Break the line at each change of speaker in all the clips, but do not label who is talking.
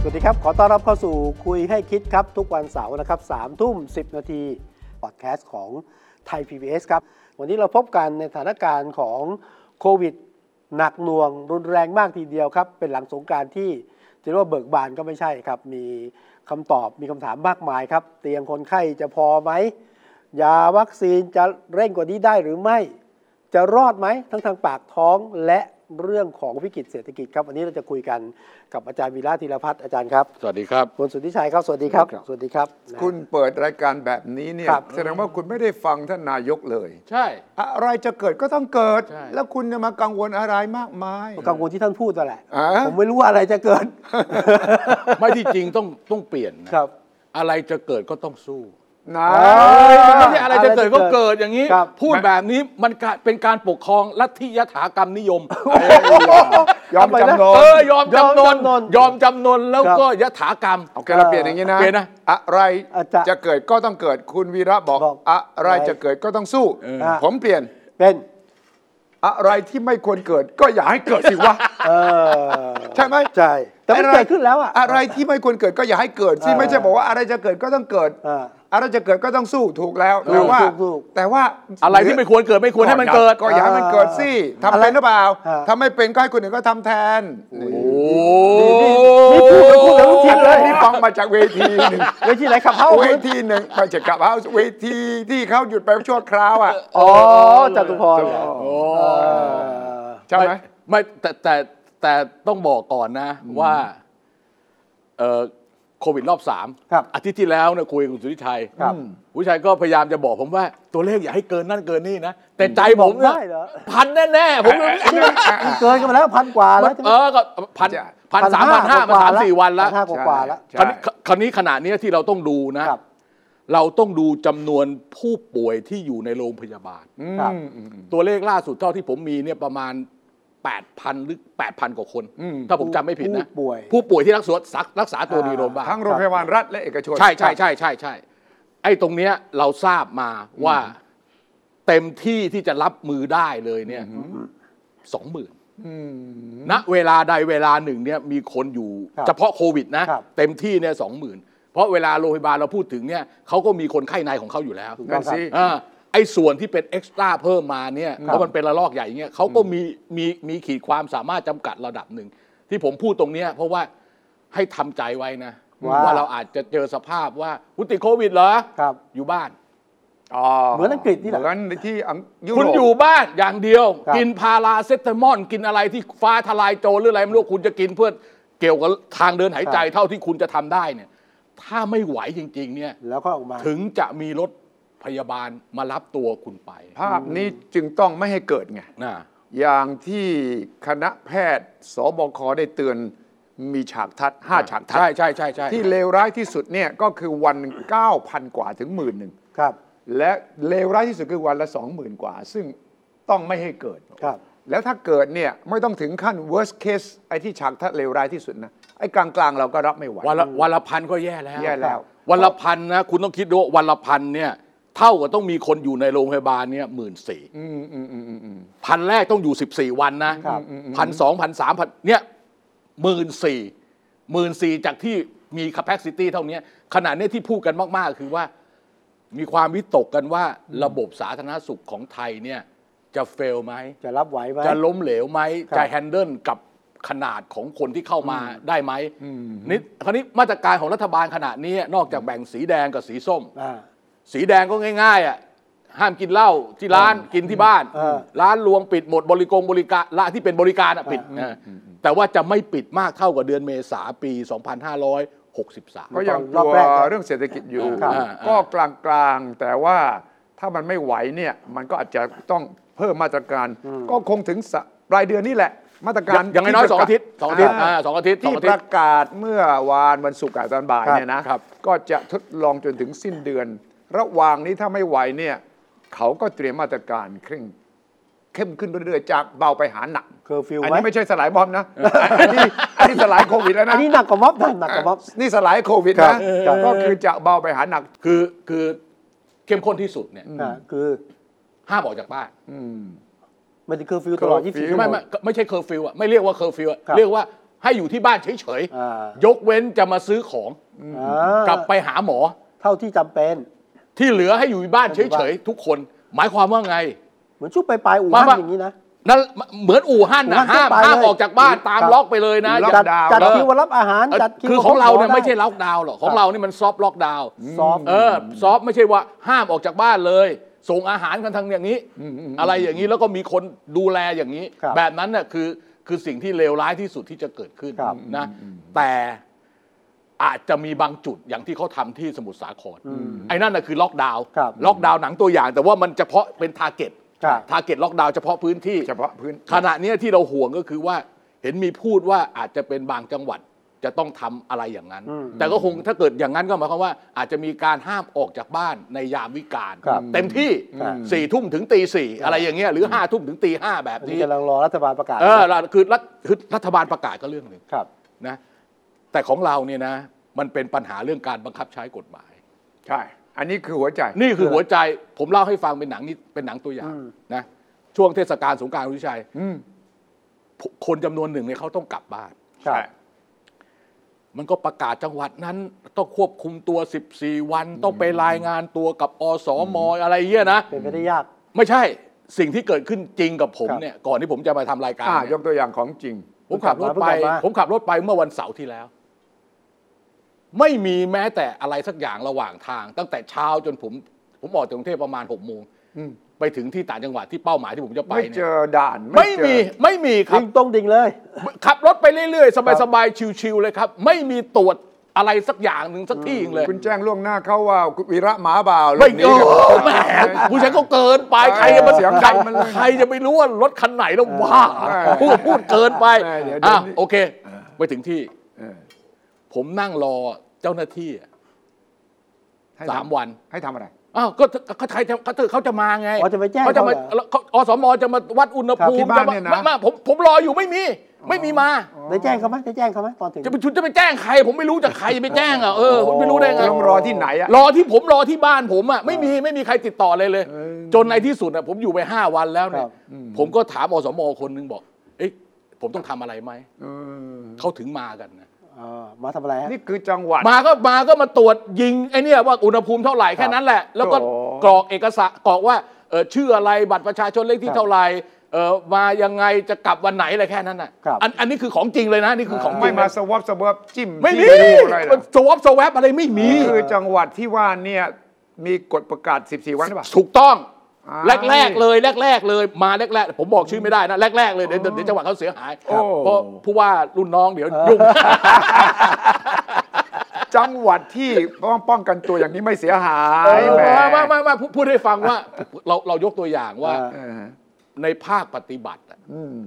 สวัสดีครับ ขอต้อนรับเข้าสู่คุยให้คิดครับ ทุกวันเสาร์นะครับสามทุ่มสินาทีพอดแคสต์ของไทย PBS ครับ วันนี้เราพบกันในสถานการณ์ของโควิด หนักหน่วงรุนแรงมากทีเดียวครับ เป็นหลังสงกรารที่จะเรียกว่าเบิกบานก็ไม่ใช่ครับ มีคำตอบมีคำถามมากมายครับ เตียงคนไข้จะพอไหม ยาวัคซีนจะเร่งกว่านี้ได้หรือไม่ จะรอดไหมทั้งทางปากท้องและเรื่องของวิกฤตเศรษฐกิจครับวันนี้เราจะคุยกันกับอาจารย์วีระธีรพัฒน์อาจารย์ครับ
สวัสดีครับ
คุณสุทธิชัยครับ สวัสดีครับ สวัสดีครับนะ
คุณเปิดรายการแบบนี้เนี่ย
ครับ
แสดงว่าคุณไม่ได้ฟังท่านนายกเลย
ใช่
อะไรจะเกิดก็ต้องเกิด
ใช่
แล้วคุณจะมากังวลอะไรมากมาย
กังวลที่ท่านพูดนั่นแหละ
อ่า
ผมไม่รู้ว่าอะไรจะเกิด
ไม่ที่จริงต้องต้องเปลี่ยนนะครับ อะไรจะเกิดก็ต้องสู้
นะ
มันไม่ใช่อะไรจะเกิดก็เกิดอย่างนี้
ครับ
พูดแบบนี้มันกลายเป็นการปกครองลัทธิยถากรรมนิยม
ยอมจำนน
เออยอมจำน
ยอม
น
จำนน
ยอมจำนนแล้ว
ครับ
ก็ยถากรรม
โอเคเราเปลี่ยนอย่างนี้นะ
เปลี่ยนนะ
อะไร
อาจจะ
จะเกิดก็ต้องเกิด คุณวีระบอก
บอก
อะไรจะเกิดก็ต้องสู้
อ
ผมเปลี่ยน
เป็น
อะไรที่ไม่ควรเกิดก็อย่าให้เกิดสิวะ
เออ
ใช่ไหม
ใช่แต่มัน
อะไร
เกิดขึ้นแล้วอะ
อะไรที่ไม่ควรเกิดก็อย่าให้เกิดสิ
เออ
ไม่ใช่บอกว่าอะไรจะเกิดก็ต้องเกิด
เอออ
อะไรจะเกิดก็ต้องสู้ถูกแล้ว
ถูก
แต่ว่า
ถูกถูก
แต่ว่า
อะไรที่ไม่ควรเกิดไม่ควรให้มันเกิด
ก็อย่าให้มันเกิดสิทำเป็นหรือเปล่า
เออ
ถ้าไม่เป็นก็ให้คนอื่นก็ทำแทน
โอ้
พูดแล้วพูด
คิ
ทิ้
ด
ง
เล
เลย
ยนี่ฟังมาจากเวทีหนึ่ง
เวทีไหนขับเฮ้า
เวทีหนึ่งไม่ใช่กลับเฮาเวทีที่เขาหยุดไปชั่วคราวอ่ะ
อ๋อจตุพรเหรอ
โอ้
ใช่ไหม
ไม่แต่แต่แต่ต้องบอกก่อนนะว่าเอ่อโควิดรอบสาม
ครับ
อาทิตย์ที่แล้วเนี่ยคุยกับคุณสุทธิชัย
ครับ
ผู้ชายก็พยายามจะบอกผมว่าตัวเลขอย่าให้เกินนั่นเกินนี่นะ แต่ใจผม
บอกได้เหรอ
พันแน่ๆผม
มันเกินกันมาแล้วพันกว่าแล้วใช่ไหม
เออก็พันพันสามพันห้ามาสามสี่วันละ
พัห้ากว่าๆแล้ว
คราวนี้คราวนี้ขณะเนี้ยที่เราต้องดูนะ
ครับ
เราต้องดูจำนวนผู้ป่วยที่อยู่ในโรงพยาบาล
อืม
ครับ
อืม
ตัวเลขล่าสุดเท่าที่ผมมีเนี่ยประมาณ 8,000 หรือ 8,000 กว่าคน
อืม
ถ้าผมจำไม่ผิด
ผู้
นะ
ป่วย
ผู้ป่วยที่รักษารักษาตัวในโรงพยาบาล
ทั้งโรงพยาบาลรัฐและเอกชน
ใช่ใช่ใช่ใช่ใช่ไอ้ตรงเนี้ยเราทราบมาว่า เต็มที่ที่จะรับมือได้เลยเนี่ยสองหมื่นณเวลาใดเวลาหนึ่งเนี่ยมีคนอยู่
ครับ
เฉพาะโควิดนะ
ครับ
เต็มที่เนี่ยสองหมื่นเพราะเวลาโรงพยาบาลเราพูดถึงเนี่ยเขาก็มีคนไข้ในของเขาอยู่แล้ว
ถูก
นั่นสิ
อ่าไอ้ส่วนที่เป็นเอ็กซ์ตร้าเพิ่มมาเนี่ยเพราะมันเป็นระลอกใหญ่อย่างเงี้ยเขาก็มีมีมีขีดความสามารถจำกัดระดับหนึ่ง ที่ผมพูดตรงเนี้ยเพราะว่าให้ทำใจไว้นะ
ว่า
ว่าเราอาจจะเจอสภาพว่าคุณติดโควิดเหรอ
ครับ
อยู่บ้าน
เหมือนอังกฤษนี่แหละ
เหมือนที่อังยุโรป
คุณอยู่บ้านอย่างเดียว
ครับ
กินพาราเซตามอลกินอะไรที่ฟ้าทลายโจรหรืออะไรไม่รู้คุณจะกินเพื่อเกี่ยวกับทางเดินหายใจเท่าที่คุณจะทำได้เนี่ย ถ้าไม่ไหวจริง ๆ เนี่ย
แล้วก็ออกมา
ถึงจะมีรถพยาบาลมารับตัวคุณไป
ภาพนี้จึงต้องไม่ให้เกิดไง
นะ
อย่างที่คณะแพทย์สบคได้เตือนมีฉากทัดห้าฉากทัด
ใช่ใช่ใช่ใช่
ที่เลวร้ายที่สุดเนี่ยก็คือวัน 9,000 กว่าถึงหมื่นหนึ่ง
ครับ
และเลวร้ายที่สุดคือวันละ 20,000 กว่า ซึ่งต้องไม่ให้เกิด
ครับ
แล้วถ้าเกิดเนี่ยไม่ต้องถึงขั้น worst case ไอ้ที่ฉากทัดเลวร้ายที่สุดนะไอ้กลางๆ เราก็รับไม่ไหว
วันละวันละพันก็แย่แล้ว
แย่แล้ว
วันละพันนะคุณต้องคิดดูว่าวันละพันเนี่ยเท่ากับต้องมีคนอยู่ในโรงพยาบาลเนี่ยหมื่นสี่
อืมอืมอืมอืมอืม
พันแรกต้องอยู่ 14 วันนะครับ พันสองพันสามพันเนี่ยหมื่นสี่หมื่นสี่จากที่มี capacity เท่านี้ขณะนี้ที่พูดกันมาก ๆ คือว่ามีความวิตกกันว่าระบบสาธารณสุขของไทยเนี่ยจะเฟลไหม
จะรับไหวไหม
จะล้มเหลวไหม
ครับ
จะแฮนเดิลกับขนาดของคนที่เข้ามาได้ไหมนี่คราวนี้มาตรการของรัฐบาลขณะนี้นอกจากแบ่งสีแดงกับสีส้ม
า
สีแดงก็ง่าย ๆ อ่ะ ห้ามกินเหล้าที่ร้านกินที่บ้าน
เออ
ร้านรวงปิดหมดบริกงบริการละที่เป็นบริการอ่ะปิด
เออ
เออแต่ว่าจะไม่ปิดมากเท่ากับเดือนเมษาปี 2563
ก็ยังก
รอบ
ลัว
แรกนะ
เรื่องเศรษฐกิจอยู่
ครับ
ก็กลางๆ แต่ว่าถ้ามันไม่ไหวเนี่ย มันก็อาจจะต้องเพิ่มมาตรการ ก็คงถึงสะปลายเดือนนี่แหละ มาตรการ
อย่างน้อยๆสองอาทิตย์สองอาทิตย์
า
อ่าสองอาทิตย์สอ
ที่
งอาทิ
ป
ต
ระ
ย์
กาศเมื่อวานวันศุกร์อ่ะตอนบ่าย
ครับ
เนี่ยนะครับ ก็จะทดลองจนถึงสิ้นเดือน ระหว่างนี้ถ้าไม่ไหวเนี่ยเขาก็เตรียมมาตรการเคร่งเข้มขึ้นเรื่อยๆจากเบาไปหาหนัก
เคอร์ฟิว
อัน
ไหม
นี้ไม่ใช่สลายบอมนะ อันนี้อันนี้สลายโควิดแล้ว
อั
นะ
นนี้หนักกว่าม็อบนะหนักกว่าม็อบ
นี่สลายโควิด
ครับ
นะ
ครับ
ก็คือจะเบาไปหาหนัก
คือคือเข้มข้นที่สุดเนี่ย
อ่าคือ
ห้ามออกจากบ้าน
อืม
มันจะเคอร์ฟิวตลอด
เคอร์ฟิ
24
ว
ชั่วโม
ไม่
ง
ไม่ไม่ใช่เคอร์ฟิวอะไม่เรียกว่าเคอร์ฟิวอะ
ครับ
เรียกว่าให้อยู่ที่บ้านเฉย
อ่าย
ยกเว้นจะมาซื้อของ
อ่าก
ลับไปหาหมอ
เท่าที่จำเป็น
ที่เหลือให้อยู่บ้านเฉยๆทุกคน หมายความว่าไง
เหมือนชุบไปปลายอู่ฮั่น
มา
อย่างนี้นะ
นั่นเหมือนอู่ฮั่นนะ
อู่
ห้าม
ฮั่นทั่วไป
ห้าม
เลย
ออกจากบ้า
ค
น
รับ
ตามล็อกไปเลยนะ
ล็อก
จัด
ดาวน์
จัดคิวมารับอาหาร
เอ่อ
จัดคิว
คือของเราเนี่ย
ด้
ไม่ใช่ล็อกดาวน์หรอกของเรานี่มันซอฟต์ล็อกดาวน์
ซอฟต์
เออซอฟต์ไม่ใช่ว่าห้ามออกจากบ้านเลย ส่งอาหารกันทางอย่างนี้ อะไรอย่างนี้แล้วก็มีคนดูแลอย่างนี้
ครับ
แบบนั้นน่ะคือคือสิ่งที่เลวร้ายที่สุดที่จะเกิดขึ้น
ครับ
นะแต่อาจจะมีบางจุดอย่างที่เขาทำที่สมุทรสาคร ไอ้นั่นน่ะคือล็อกดาวน์
ครับ
ล็อกดาวน์หนังตัวอย่าง แต่ว่ามันเฉพาะเป็นทาร์เก็ต
ครับ
ทาร์เก็ตล็อกดาวน์เฉพาะพื้นที่
เฉพาะพื้น
ขณะเนี้ยที่เราห่วงก็คือว่าเห็นมีพูดว่าอาจจะเป็นบางจังหวัดจะต้องทำอะไรอย่างนั้น
อืม
แต่ก็คงถ้าเกิดอย่างนั้นก็หมายความว่าอาจจะมีการห้ามออกจากบ้านในยามวิกาล
ครับ
เต็มที่
ครับ
สี่ทุ่มถึงตีสี่อะไรอย่างเงี้ยหรือห้าทุ่มถึงตีห้าแบบ
อันนี้
นี้
กำลังรอรัฐบาลประกาศ
เออเราคือรัฐคือรัฐบาลประกาศก็เรื่องหนึ่ง
ครับ
นะแต่ของเราเนี่ยนะมันเป็นปัญหาเรื่องการบังคับใช้กฎหมาย
ใช่ อันนี้คือหัวใจ
นี่คือหัวใจผมเล่าให้ฟังเป็นหนังนี่เป็นหนังตัวอย่างนะช่วงเทศกาลสงกรารวิชัย
อืม
คนจำนวนหนึ่งเนี่ยเขาต้องกลับบ้าน
ครั
ใช่
บ
มันก็ประกาศจังหวัดนั้นต้องควบคุมตัว 14 วัน ต้องไปรายงานตัวกับอสมอะไรเงี้ยนะ
เป็นไปได้ยาก
ไม่ใช่สิ่งที่เกิดขึ้นจริงกับผม
ครับ
เนี่ยก่อนที่ผมจะมาทำรายการ
อ่ะย
เนี่ย
กตัวอย่างของจริง
ผมขับรถไป
ผมกลับมา
ผมขับรถไปเมื่อวันเสาร์ที่แล้ว ไม่มีแม้แต่อะไรสักอย่างระหว่างทาง ตั้งแต่เช้าจนผม ผมออกจากกรุงเทพประมาณ6โมง
อืม
ไปถึงที่ต่างจังหวัดที่เป้าหมายที่ผมจะไป
ไม่เจ
เนี่ย
อด่าน
ไม่
เจอ
มีไม่มีครับ
ิงตรงดิ่งเลย
ขับรถไปเรื่อย ๆ สบายๆชิวๆเลยครับ ไม่มีตรวจอะไรสักอย่างหนึ่งสักที่หนึ่งเลย
คุณแจ้งล่วงหน้าเข้าว่าคุณวีระหมาบ่าวหล
ไม่
บหนี
โอ้
กัน
แหมผู้ชายก็เกินไป ใครจะมา
เสียง
ใคร
ดังมันเลย
ใครจะไปรู้ว่ารถคันไหนแล้วว่า
เออ
พูดพูดเกินไป
เออเดี๋ยวเดี๋ยว
อ่ะ
นี้
โอเค ไปถึงที่
เออ
ผมนั่งรอเจ้าหน้าที่อะ
ให้
สาม
ทำ
วัน
ให้ทำอะไร
อ้าวก็ก็ใครจะก็เธอเขาจะมาไง
อ๋อจะไปแจ้ง
เขาจะมา
เขาเหรอ
เขาอสมจะมาวัดอุณหภูมิ
ครับที่บ้าน
จะมา
เนี่ยนะ
ไม่ไม่ผมผมรออยู่ไม่มี ไม่มีมา
ได้แจ้งเขาไหมได้แจ้งเขาไหมตอนถึง
จะไปชุนจะไปแจ้งใคร ผมไม่รู้จะใครไปแจ้งอ่ะเออผมไม่รู้ได้ไง
ต้องรอที่ไหนอ่ะ
รอที่ผมรอที่บ้านผมอ่ะไม่มีไม่มีใครติดต่อเลยเลย จนในที่สุดอ่ะผมอยู่ไป 5 วันแล้ว
ค
เนี่
รั
ย
บ
ผมก็ถามอสมคนหนึงบอก เอ๊ะผมต้องทำอะไรไหม
เออ
เขาถึงมากันนะ
อ่ามาทำอะไรฮะ
นี่คือจังหวัด
มาก็มาก็มาตรวจยิงไอ้เนี่ยว่าอุณหภูมิเท่าไหร่แค่นั้นแหละ แล้วก็
โอ้
กรอกเอกสารกรอกว่าเออชื่ออะไรบัตรประชาชนเล
ค
ข
รั
ที่
บ
เท่าไหร่เออมายังไงจะกลับวันไหนอะไรแค่นั้นน่ะ
ครับ
อันอันนี้คือของจริงเลยนะนี่คือของจ
ไม่
ริง
มา
นะ
สวอปสวอปจิ้ม
ไม่มี
จิ้ดูอะไรหร
มั
อน
สวอปสวอปอะไรไม่มี
คือจังหวัดที่ว่าเนี่ยมีกฎประกาศ 14 วันหรือเปล่า
ถูกต้อง
อ่า
แรก ๆ เลยแรก ๆ เลยมาแรก ๆ ผมบอกชื่อไม่ได้นะแรก ๆ เลยเดี๋ยวเดี๋ยวจังหวะเขาเสียหาย
โอ้
เพราะผู้ว่ารุ่นน้องเดี๋ยวยุ่ง
จังหวัดที่ป้องป้องกันตัวอย่างนี้ไม่เสียหา
ไม
ยแหม่
ไม่ไม่ไม่พูดพูดให้ฟังว่า เราเรายกตัวอย่างว่า
อ่า
เออ
ในภาคปฏิบัติอะ
อืม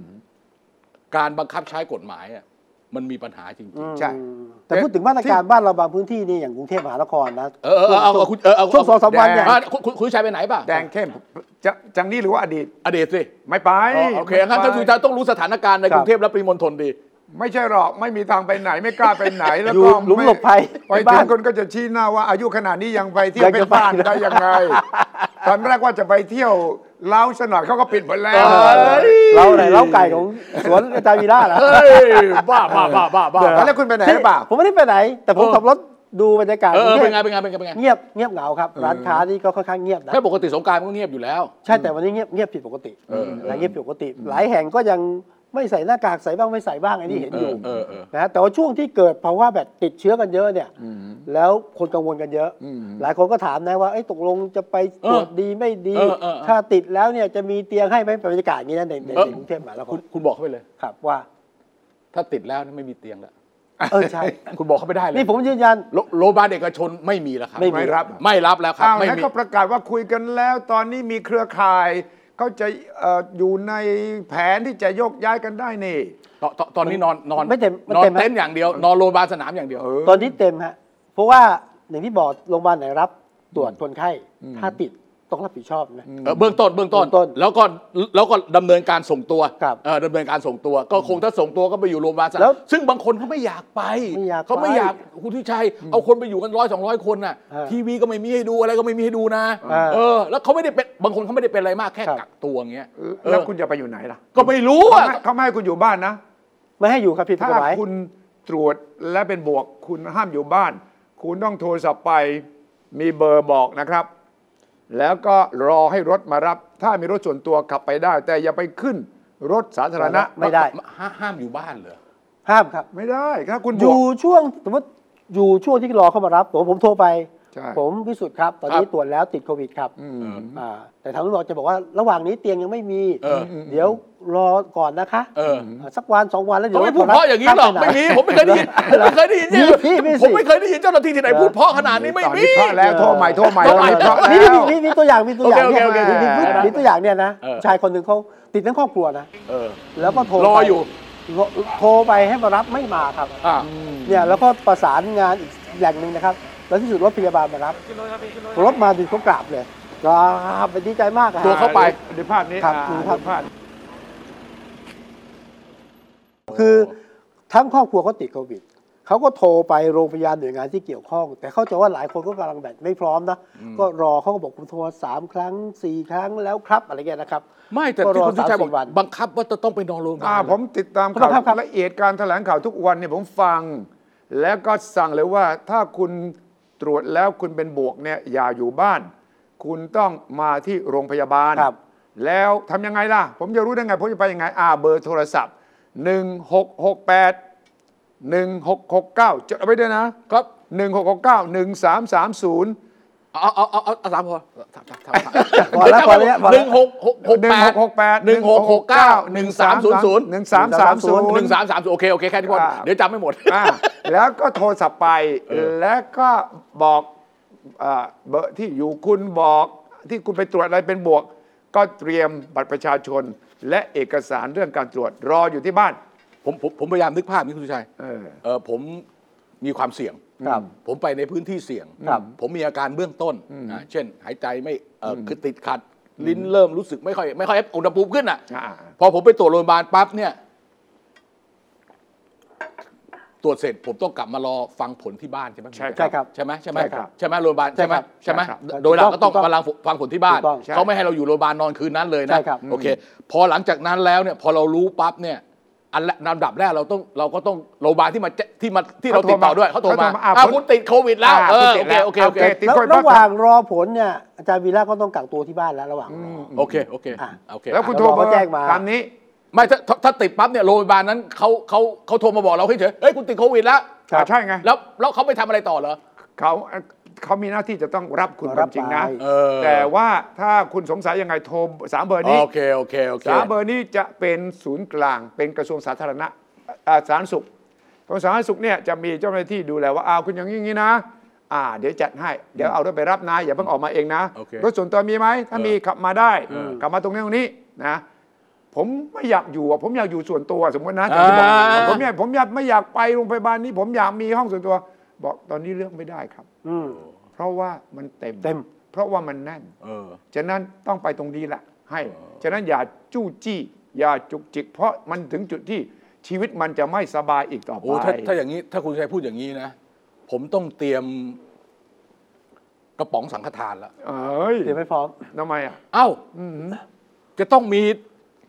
การบังคับใช้กฎหมายอะมันมีปัญหาจริง
อืม
ใช่
แต่พูดถึงมาตรการบ้านเราบางพื้นที่นี่อย่างกรุงเทพมหานครนะ
ๆเออเออเอาเอาคุณเออเอา
ช่วงสองสามวันเนี่ย
อ่ะคุณคุณคุณชัยไปไหนป่ะ
แดงเข้มจะจังนี้หรือว่าอดีต
อเดชสิ
ไม่ไป
อ๋อโอเคงั้น
ไม่
ท่าน
ไป
สุชาต้องรู้สถานการณ์ใน
ครั
ก
บ
รุงเทพและปริมณฑลดี
ไม่ใช่หรอกไม่มีทางไปไหนไม่กล้าไปไหน แล้ว
อยู่
ก็
หลุมหลบภัย
ไป
บ้า
ถึ
น
งคนก็จะชี้หน้าว่าอายุขนาดนี้ยังไปเที่ย
ยั
ว
ง
เป็น
จะไป
บ้านได้ยัง ไง ตอนแรกว่าจะไปเที่ยวเล้าสนอยเขาก็ปิดหมดแล้ว
เออ
เราไหนเล้าไก่ของสวนอาจารย์วีระเหรอ
เฮ้ยบ้าบ้าบ้าบ้าบ้า
แล้วคุณไปไหนหรือเปล่า
ผมไม่ได้ไปไหน แต่ผมขับรถดูบรรยากาศ
เออเออเป็นไง
กรุงทพ
เป็นไงเป็นไงเป็นไง
เงียบเงียบเหงาครับ ร้านค้านี่ก็ค่อนข้างเงียบนะ
แค่ปกติสงกรารมันก็เงียบอยู่แล้ว
ใช่แต่วันนี้เงียบเงียบผิดปกติ
เออเออ
นะเงียบผิดปกติ หลายแห่งก็ยังไม่ใส่หน้ากากใส่บ้างไม่ใส่บ้างไอ้นี่เห็น
เอ
อยู่
อเออเออ
นะฮะแต่ว่าช่วงที่เกิดภาวะแบบติดเชื้อกันเยอะเนี่ยแล้วคนกังวลกันเยอะ หลายคนก็ถามนะว่าเอ้ยตกลงจะไปตรวจ
เออ
ดีไม่ดี
เออเออเออ
ถ้าติดแล้วเนี่ยจะมีเตียงให้ไหมเป็นบรรยากาศอย่างนี้นะในในในกรุงเทพมหานค
คุ
ร
ณคุณบอกเขาไปเลย
ครับว่า
ถ้าติดแล้วเนี่ยไม่มีเตียงแล้ว
เออใช่
คุณบอกเขาไม่ได้เลย
นี่ผมยืนยัน
โรโรงพยาบาลเอกชนไม่มีแล้วครับ
ไม่มี
รับ ไม่รับแล้วครับ
อ้าว
ไม่
แล้ว
มี
ก็ประกาศว่าคุยกันแล้ว ตอนนี้มีเครือข่าย เขาจะเอ่ออยู่ในแผนที่จะโยกย้ายกันได้นี่
ตตตอนนี้นอนนอน
ไม่เต็มไม่
นอน
เต็มนะ
เต็นท์อย่างเดียวนอนโรงพยาบาลสนามอย่างเดียว
เออ
ตอนนี้เต็มฮะ เพราะว่าอย่างที่บอกโรงพยาบาลไหนรับตรวจคนไข้ ถ้าติดต้องรับผิดชอบนะ
เอ่อเบื้องต้นเบื้องต้น
เบื้องต้น
แล้วก็แล้วก็ดำเนินการส่งตัว
ครับ
เอ่อดำเนินการส่งตัว ก็คงถ้าส่งตัวก็ไปอยู่โรงพยาบาลสัตว์
แล้ว
ซึ่งบางคนเขาไม่อยากไป
ไม่อยาก
เขาไม่
ไป
อยากคุณทิชัยเอาคนไปอยู่กันร้อยสองร้อยคนน่ะ
เออ
ทีวีก็ไม่มีให้ดูอะไรก็ไม่มีให้ดูนะ
เออ
เออ แล้วเขาไม่ได้เป็นบางคนเขาไม่ได้เป็นอะไรมากแค่
ครับ
กักตัวอย่างเงี้ยเออ
แล้วคุณจะไปอยู่ไหนล่ะ
ก็ไม่รู้
เขา
อ่ะ
ไม่เขาไม่ให้คุณอยู่บ้านนะ
ไม่ให้อยู่ครับผิดก
ถ้า
ฎหมาย
คุณตรวจและเป็นบวก คุณห้ามอยู่บ้าน คุณต้องโทรศัพท์ไปมีเบอร์บอกนะครับ แล้วก็รอให้รถมารับ ถ้ามีรถส่วนตัวขับไปได้ แต่อย่าไปขึ้นรถสาธารณะ
ไม่ได้
ห้าห้ามอยู่บ้านเหรอ
ห้ามครับ
ไม่ได้ถ้าคุณ
อบ
ว
ยู่
ก
ช่วงสมมติอยู่ช่วงที่รอเข้ามารับผมผมโทรไป
ใช่
ผมพิสูจน์ครับ ตอนนี้ตรวจแล้วติดโควิดครับ
อืม
อ่าแต่ทางคุณหมอจะบอกว่าระหว่างนี้เตียงยังไม่มี
เออ
เดี๋ยวรอก่อนนะคะ
เออ
าสักวันสองวันแล้วเดี๋ยว
เขาไม่พูดเพราะอย่างนี้หรอกไม่มีผมไม่เคยได้ยินไม่เคยได้ยิน
มีสิมี
ผ
สิ
มไม่เคยได้ยินเจ้าหน้าที่ที่ไหนพูดเพราะขนาดนี้ไม่
ตอน
มี
นี้เคราะห์แล้วโทรใหม่โทรใหม่
โทร
ตอน
ใหม่
นี้เค
มีมีมีตั
ราะห์แล้ว
วอย่างมีตัวอย่างเนี่ย
โอเคโอเค
มีมี
โอเค
มีตัวอย่างเนี่ยนะ
เออ
ชายคนหนึ่งเขาติดทั้งครอบครัวนะ
เออ
แล้วก็โทร
รอ
ไป
อยู่
รอโทรไปให้มารับไม่มาครับ
อ่ะ
เนี่ยแล้วก็ประสานงานอีกแหล่งหนึ่งนะครับ แล้วที่สุดรถพยาบาลมารับรถมาถึงเขากราบเลยกราบไปดีใจมากอะฮะ
ตัวเขาไป
ดูภาพนี้
ครับ
อ่า
ดู
ดู
ภาพ
ภาพ
คือทั้งครอบครัวเขาติดโควิดเขาก็โทรไปโรงพยาบาลหน่วยงานที่เกี่ยวข้อง แต่เข้าใจว่าหลายคนก็กำลังแบบไม่พร้อมนะ ก็รอเขาก็บอกผมโทรสามครั้งสี่ครั้งแล้วครับอะไรเงี้ยนะครับ
ไม่แต่
ก็ร
ที่
อ
คุณทิชัยบอ
สามสี่
ก
วัน
บังคับว่าจะต้องไปนอนโรงพยาบาล
อ่าผมติดตาม
ครั
ข่า
บ
ว
ครับครับ
ละเอียดการแถลงข่าวทุกวันเนี่ยผมฟัง แล้วก็สั่งเลยว่าถ้าคุณตรวจแล้วคุณเป็นบวกเนี่ยอย่าอยู่บ้าน คุณต้องมาที่โรงพยาบาล
ครับ
แล้วทำยังไงล่ะ ผมจะรู้ได้ไง ผมจะไปยังไง อ่าเบอร์โทรศัพท์ 1668 1669 จดเอาไว้ด้วยนะครับ 1669 1330
เอาเอาเอาเอาเอาสามพอสามสามสามสาม
พอแล้วพอแล้วพอ
ห
แล้ว
นึ่งหกหกหกแปดหนึ่งหกหกเก้าหนึ่งสามศูนย์ศูนย์
หนึ่งสามสามศูนย์
หนึ่งสามสามศูนย์โอเคโอเคแค่นี้พอ
อ่า
เดี๋ยวจำไม่หมด
อ่ะแล้วก็โทรศัพท์ไปแล้วก็บอกอ่าเบอร์ที่อยู่คุณบอกที่คุณไปตรวจอะไรเป็นบวก ก็เตรียมบัตรประชาชน และเอกสารเรื่องการตรวจรออยู่ที่บ้าน
ผมผมผมพยายามนึกภาพนี้คุณสุชัย
เออ
เออผมมีความเสี่ยง
ครับ
ผมไปในพื้นที่เสี่ยง
ครับ
ผมมีอาการเบื้องต้นอ่าเช่น หายใจไม่เอ่ออคือติดขัด ลิ้นเริ่มรู้สึกไม่ค่อยไม่ค่อยอุณหภูมิขึ้นอ่ะ
อ่า
พอผมไปตรวจโรงพยาบาลปั๊บเนี่ย ตรวจเสร็จผมต้องกลับมารอฟังผลที่บ้านใช่ไหม
ใช่ครับ
ใช่ครับ
ใช่ไหมใช่ไหม
ใช่ครับ
ใช่ไหมโรงพยาบาลใช่ไหม
ใช่
ใช่ไหม
ครับ
โดยหลักก็ต้อง
ถูกต้อง
มาลังฟังผลที่บ้าน
ถูกต้องใช่
เขาไม่ให้เราอยู่โรงพยาบาลนอนคืนนั้นเลยนะ
ใช่ครับ
โอเค พอหลังจากนั้นแล้วเนี่ย พอเรารู้ปั๊บเนี่ย อันละลำดับแรกเราต้องเราก็ต้องโรงพยาบาลที่มาแจ้ที่มาที่เราติดต่อด้วยเขาโทรมา
อ่ะ
อ้าวคุณติดโควิดแล้ว
อ่ะ
เอ
คุณ
อ
ติ
โอ
ด
เคโอ
แล้ว
เคโอเค
โอเค ติด
แล้ว
โควิดปั๊บ
ระหว่างรอผลเนี่ยอาจารย์วีระก็ต้องกักตัวที่บ้านแล้วระหว่างรอ
โอเคโอเคโอเค
แล้วคุณโทร
แล้วเราก็
เบอร์
แจ้งมา
ตามนี้
ไม่ถ้าถ้าถ้าติดปั๊บเนี่ยโรงพยาบาลนั้นเขาเขาเขาโทรมาบอกเราเฉยๆเฮ้ยคุณติดโควิดแล้ว
ครับอ่าใช่ไง
แล้วแล้วเขาไปทำอะไรต่อเหรอ
เขาเขามีหน้าที่จะต้องรับคุณ
รับ
เป็นจริงนะ
ไป
เออ
แต่ว่าถ้าคุณสงสัยยังไงโทรสามเบอร์นี้
โอเคโอเคโอเค
สามเบอร์นี้จะเป็นศูนย์กลางเป็นกระทรวงสาธารณะเอ่อสาธารณสุขกระทรวงสาธารณสุขเนี่ยจะมีเจ้าหน้าที่ดูแลว่าอ้าวคุณอย่างนี้อย่างนี้นะ อ่า เดี๋ยวจัดให้ เดี๋ยวเอารถไปรับนะอย่าเพิ่งออกมาเองนะ
โอเค
รถส่วนตัวมีไหมถ้า
เออ
มีขับมาได้
เออ
ขับมาตรงนี้ตรงนี้นะผมไม่อยากอยู่อะผมอยากอยู่ส่วนตัวสมมตินะแต่ที่บอกผมเนี่ยผมอยากไม่อยากไปโรงพยาบาลนี้ ผมอยากมีห้องส่วนตัว บอกตอนนี้เลือกไม่ได้ครับ
อืม
เพราะว่ามันเต็ม
เต็ม
เพราะว่ามันแน่น
เออ
ฉะนั้นต้องไปตรงนี้แหละให้ ฉะนั้นอย่าจู้จี้ อย่าจุกจิก เพราะมันถึงจุดที่ชีวิตมันจะไม่สบายอีกต่อไป
โอ้ถ้าถ้าอย่างนี้ถ้าคุณชัยพูดอย่างนี้นะ ผมต้องเตรียมกระป๋องสังฆทานละ
เอ้ย
เตรียมไม่พร้อม
ทำไมอ่ะ
เอ้าจะต้องมี